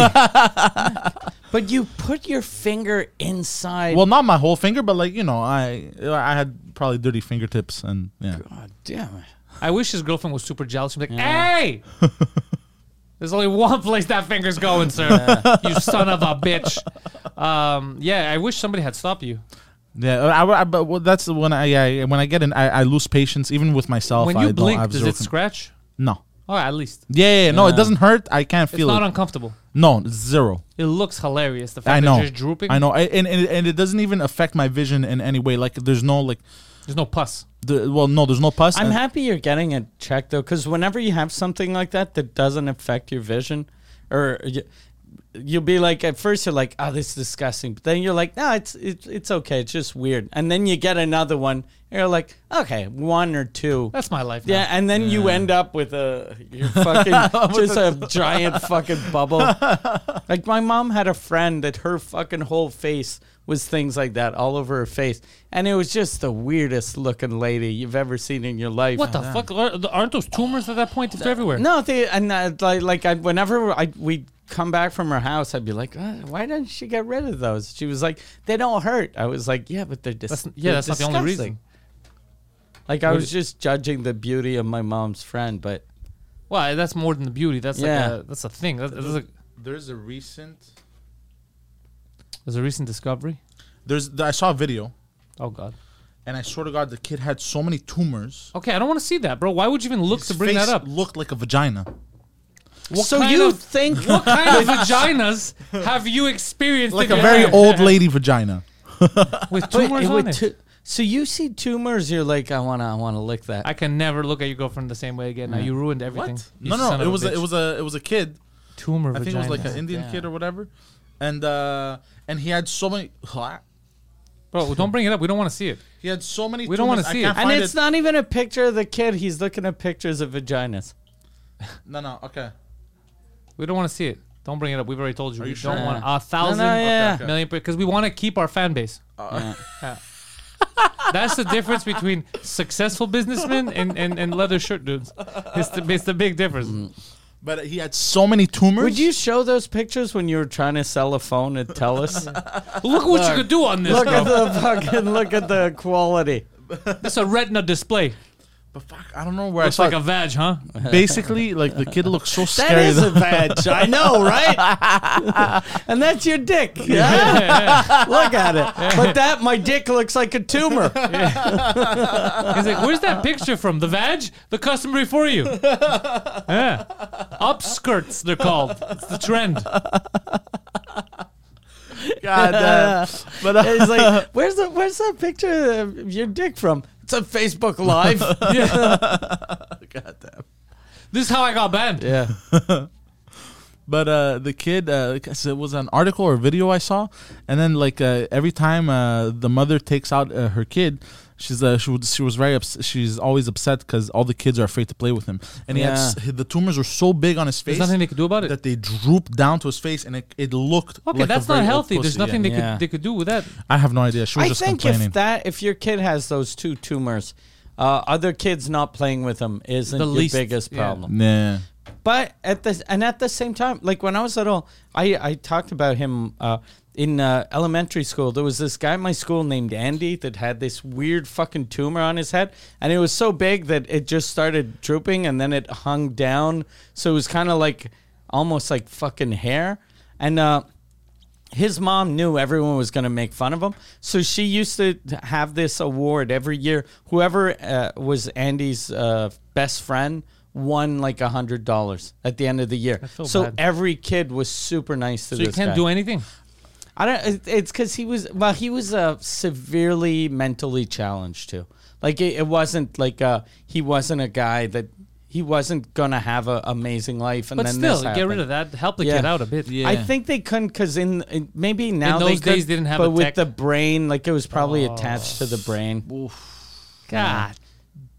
But you put your finger inside. well, not my whole finger, but like you know, I I had probably dirty fingertips, and yeah. God damn it. I wish his girlfriend was super jealous. She'd be like, "Hey, there's only one place that finger's going, sir. You son of a bitch." Um, yeah, I wish somebody had stopped you. Yeah, I, I, but well, that's when I, I when I get in, I, I lose patience even with myself. when I you don't blink, have does zero it con- scratch? No. Oh, at least Yeah, yeah, yeah, no, Yeah. it doesn't hurt. I can't it's feel not it. uncomfortable. no, zero. It looks hilarious. The fact I that know. you're just drooping. I know, I, and, and and it doesn't even affect my vision in any way. Like there's no like, There's no pus. the, well, no, there's no pus. I'm and- happy you're getting it checked though, because whenever you have something like that that doesn't affect your vision, or y- you'll be like at first you're like oh this is disgusting but then you're like no it's it's it's okay it's just weird and then you get another one and you're like okay one or two That's my life. yeah Now. and then you end up with a you're fucking just a giant fucking bubble like my mom had a friend that her fucking whole face was things like that all over her face and it was just the weirdest looking lady you've ever seen in your life What the fuck? Are- Aren't those tumors at that point? It's everywhere. no, they and uh, like like I, whenever I we come back from her house, I'd be like, "Uh, why didn't she get rid of those? She was like, they don't hurt. I was like, yeah, but they're dis- That's- yeah, they're that's not the only disgusting." reason. Like I was just judging the beauty of my mom's friend, but Well, that's more than the beauty. That's Yeah. like a, that's a thing. That's, that's like, There's a recent. there's a recent discovery. There's I saw a video, Oh God. and I swear to God, the kid had so many tumors. Okay, I don't want to see that, bro. Why would you even look His to bring face that up? Looked like a vagina. What so kind you of- think What kind of vaginas have you experienced? Like in a your very life? old lady vagina. with but tumors it would on it. tu- so you see tumors, you're like, I wanna, I wanna lick that. I can never look at your girlfriend the same way again. Now you ruined everything. You No, son of no, it a was a, it bitch. was a it was a kid. tumor I vagina. think it was like an Indian kid or whatever, and uh and he had so many. bro, don't bring it up. We don't want to see it. He had so many. We don't tumors, wanna I see can't it. and find it's not even a picture of the kid. He's looking at pictures of vaginas. No, no, okay. We don't want to see it. Don't bring it up. We've already told you. Are we you don't sure? want Yeah. a thousand No, no, yeah. Okay, okay. because we want to keep our fan base. Uh. Yeah. That's the difference between successful businessmen and, and, and leather shirt dudes. It's the, it's the big difference. But he had so many tumors. Would you show those pictures when you were trying to sell a phone at Telus? Look what you could do on this, look bro. at the fucking look at the quality. That's a retina display. But fuck, I don't know where Looks I like saw. a vag, huh? it. basically, like the kid looked so That scary. is a badge. I know, right? and that's your dick. Yeah? look at it. But that my dick looks like a tumor. He's like, where's that picture from? The vag? The customer before you. Yeah. Upskirts, they're called. It's the trend. God damn. But uh, It's like, where's the where's that picture of your dick from? It's a Facebook Live. God damn. This is how I got banned. yeah. But uh, the kid, uh, like I said, it was an article or video I saw, and then like uh, every time uh, the mother takes out uh, her kid, she's uh, she, would, she was very ups- she's always upset because all the kids are afraid to play with him, and he had s- the tumors were so big on his face There's nothing they could do about it. that they drooped down to his face, and it, it looked Okay, like a that's not very old healthy. There's pussy, yeah. nothing they Yeah. could they could do with that. I have no idea. She was I just think complaining. if that if your kid has those two tumors, uh, other kids not playing with them isn't The your least- biggest yeah. problem. nah. But at the and at the same time, like when I was little, I I talked about him uh, in uh, elementary school. There was this guy at my school named Andy that had this weird fucking tumor on his head, and it was so big that it just started drooping, and then it hung down, so it was kind of like almost like fucking hair, and. uh his mom knew everyone was going to make fun of him. So she used to have this award every year. Whoever uh, was Andy's uh, best friend won like a hundred dollars at the end of the year. feel So bad. every kid was super nice to So you this can't guy. do anything. I don't. it- It's because he was well. He was uh, severely mentally challenged too. Like it, it wasn't like uh, he wasn't a guy that he wasn't gonna have an amazing life. And But then still, this get happened. rid of that. Help the Yeah. kid out a bit. Yeah. I think they couldn't because in, in- maybe now they those days could, they didn't have but a with tech- Oh. the brain, like it was probably attached to the brain. God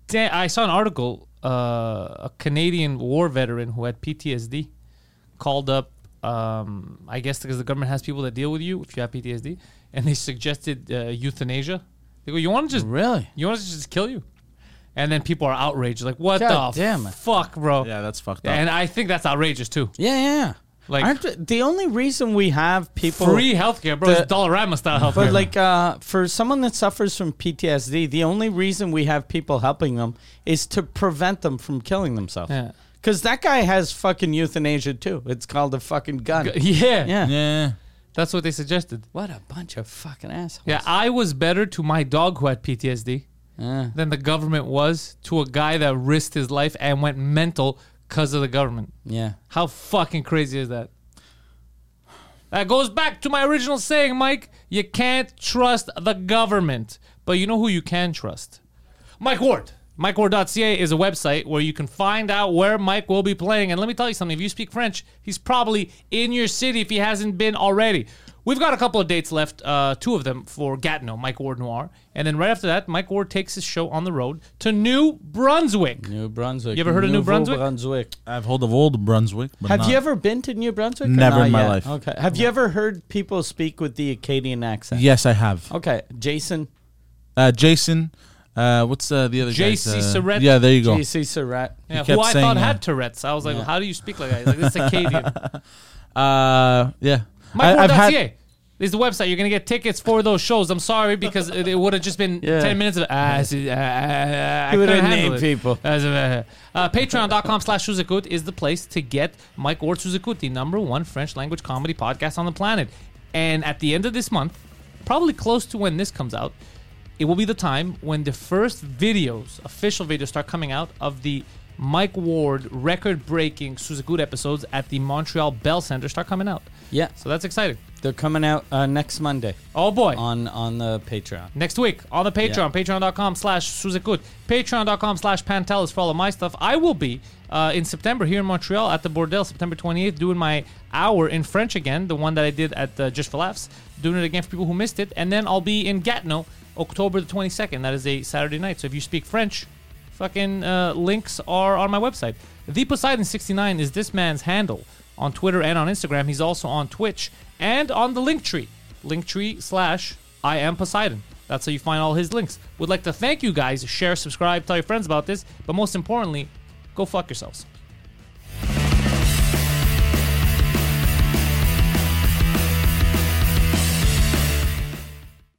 damn! I saw an article. Uh, a Canadian war veteran who had PTSD called up. Um, I guess because the government has people that deal with you if you have PTSD, and they suggested uh, euthanasia. They go, "You want to just Really? You want to just kill you?" And then people are outraged, like, "What God the damn it. fuck, bro?" Yeah, that's fucked up. And I think that's outrageous too. Yeah, yeah. Like- Aren't the, the only reason we have people Free healthcare, bro. The- it's Dollarama style healthcare. But like uh, for someone that suffers from PTSD, the only reason we have people helping them is to prevent them from killing themselves. Yeah. Because that guy has fucking euthanasia too. It's called a fucking gun. yeah, Yeah. yeah. that's what they suggested. What a bunch of fucking assholes. Yeah, I was better to my dog who had PTSD Yeah. than the government was to a guy that risked his life and went mental because of the government. Yeah. How fucking crazy is that? That goes back to my original saying, Mike. You can't trust the government, but you know who you can trust? Mike Ward. MikeWard.ca is a website where you can find out where Mike will be playing. And let me tell you something if you speak French, he's probably in your city if he hasn't been already. We've got a couple of dates left, uh, two of them for Gatineau, Mike Ward Noir. And then right after that, Mike Ward takes his show on the road to New Brunswick. New Brunswick. You ever heard of New Nouveau Brunswick? I've heard of old Brunswick, but Have not- you ever been to New Brunswick? or Never not in my yet? life. Okay. Have you ever heard people speak with the Acadian accent? Yes, I have. Okay, Jason, Uh, Jason, uh, what's uh, the other guy? JC Surrett. Yeah, there you go. JC Surratt. Yeah, kept who I saying uh, thought that. had Tourette's. I was like, how do you speak like that? He's like, this is Acadian. Uh, yeah. I- I've had- MikeWard.ca is the website. You're gonna get tickets for those shows. I'm sorry because it, it would have just been Yeah. ten minutes of ah, I see, ah, ah, ah, I You would've couldn't handle named it. people. As of, uh, uh, Patreon.com slash Suzakut is the place to get Mike Ward Suzakut, the number one French language comedy podcast on the planet. And at the end of this month, probably close to when this comes out, it will be the time when the first videos, official videos, start coming out of the Mike Ward record breaking Suzakut episodes at the Montreal Bell Center start coming out. Yeah, So that's exciting. they're coming out uh, next Monday Oh boy. on on the Patreon. Next week on the Patreon, patreon.com slash Suzakut, patreon.com slash Pantelis for all of my stuff. I will be uh, in September here in Montreal at the Bordel, September 28th, doing my hour in French again, the one that I did at uh, Just for Laughs, doing it again for people who missed it. And then I'll be in Gatineau, October the 22nd. That is a Saturday night. So if you speak French, fucking uh, links are on my website. The Poseidon69 is this man's handle on Twitter and on Instagram. He's also on Twitch and on the Linktree, Linktree slash I am Poseidon. That's how you find all his links. Would like to thank you guys. Share, subscribe, tell your friends about this, but most importantly, go fuck yourselves.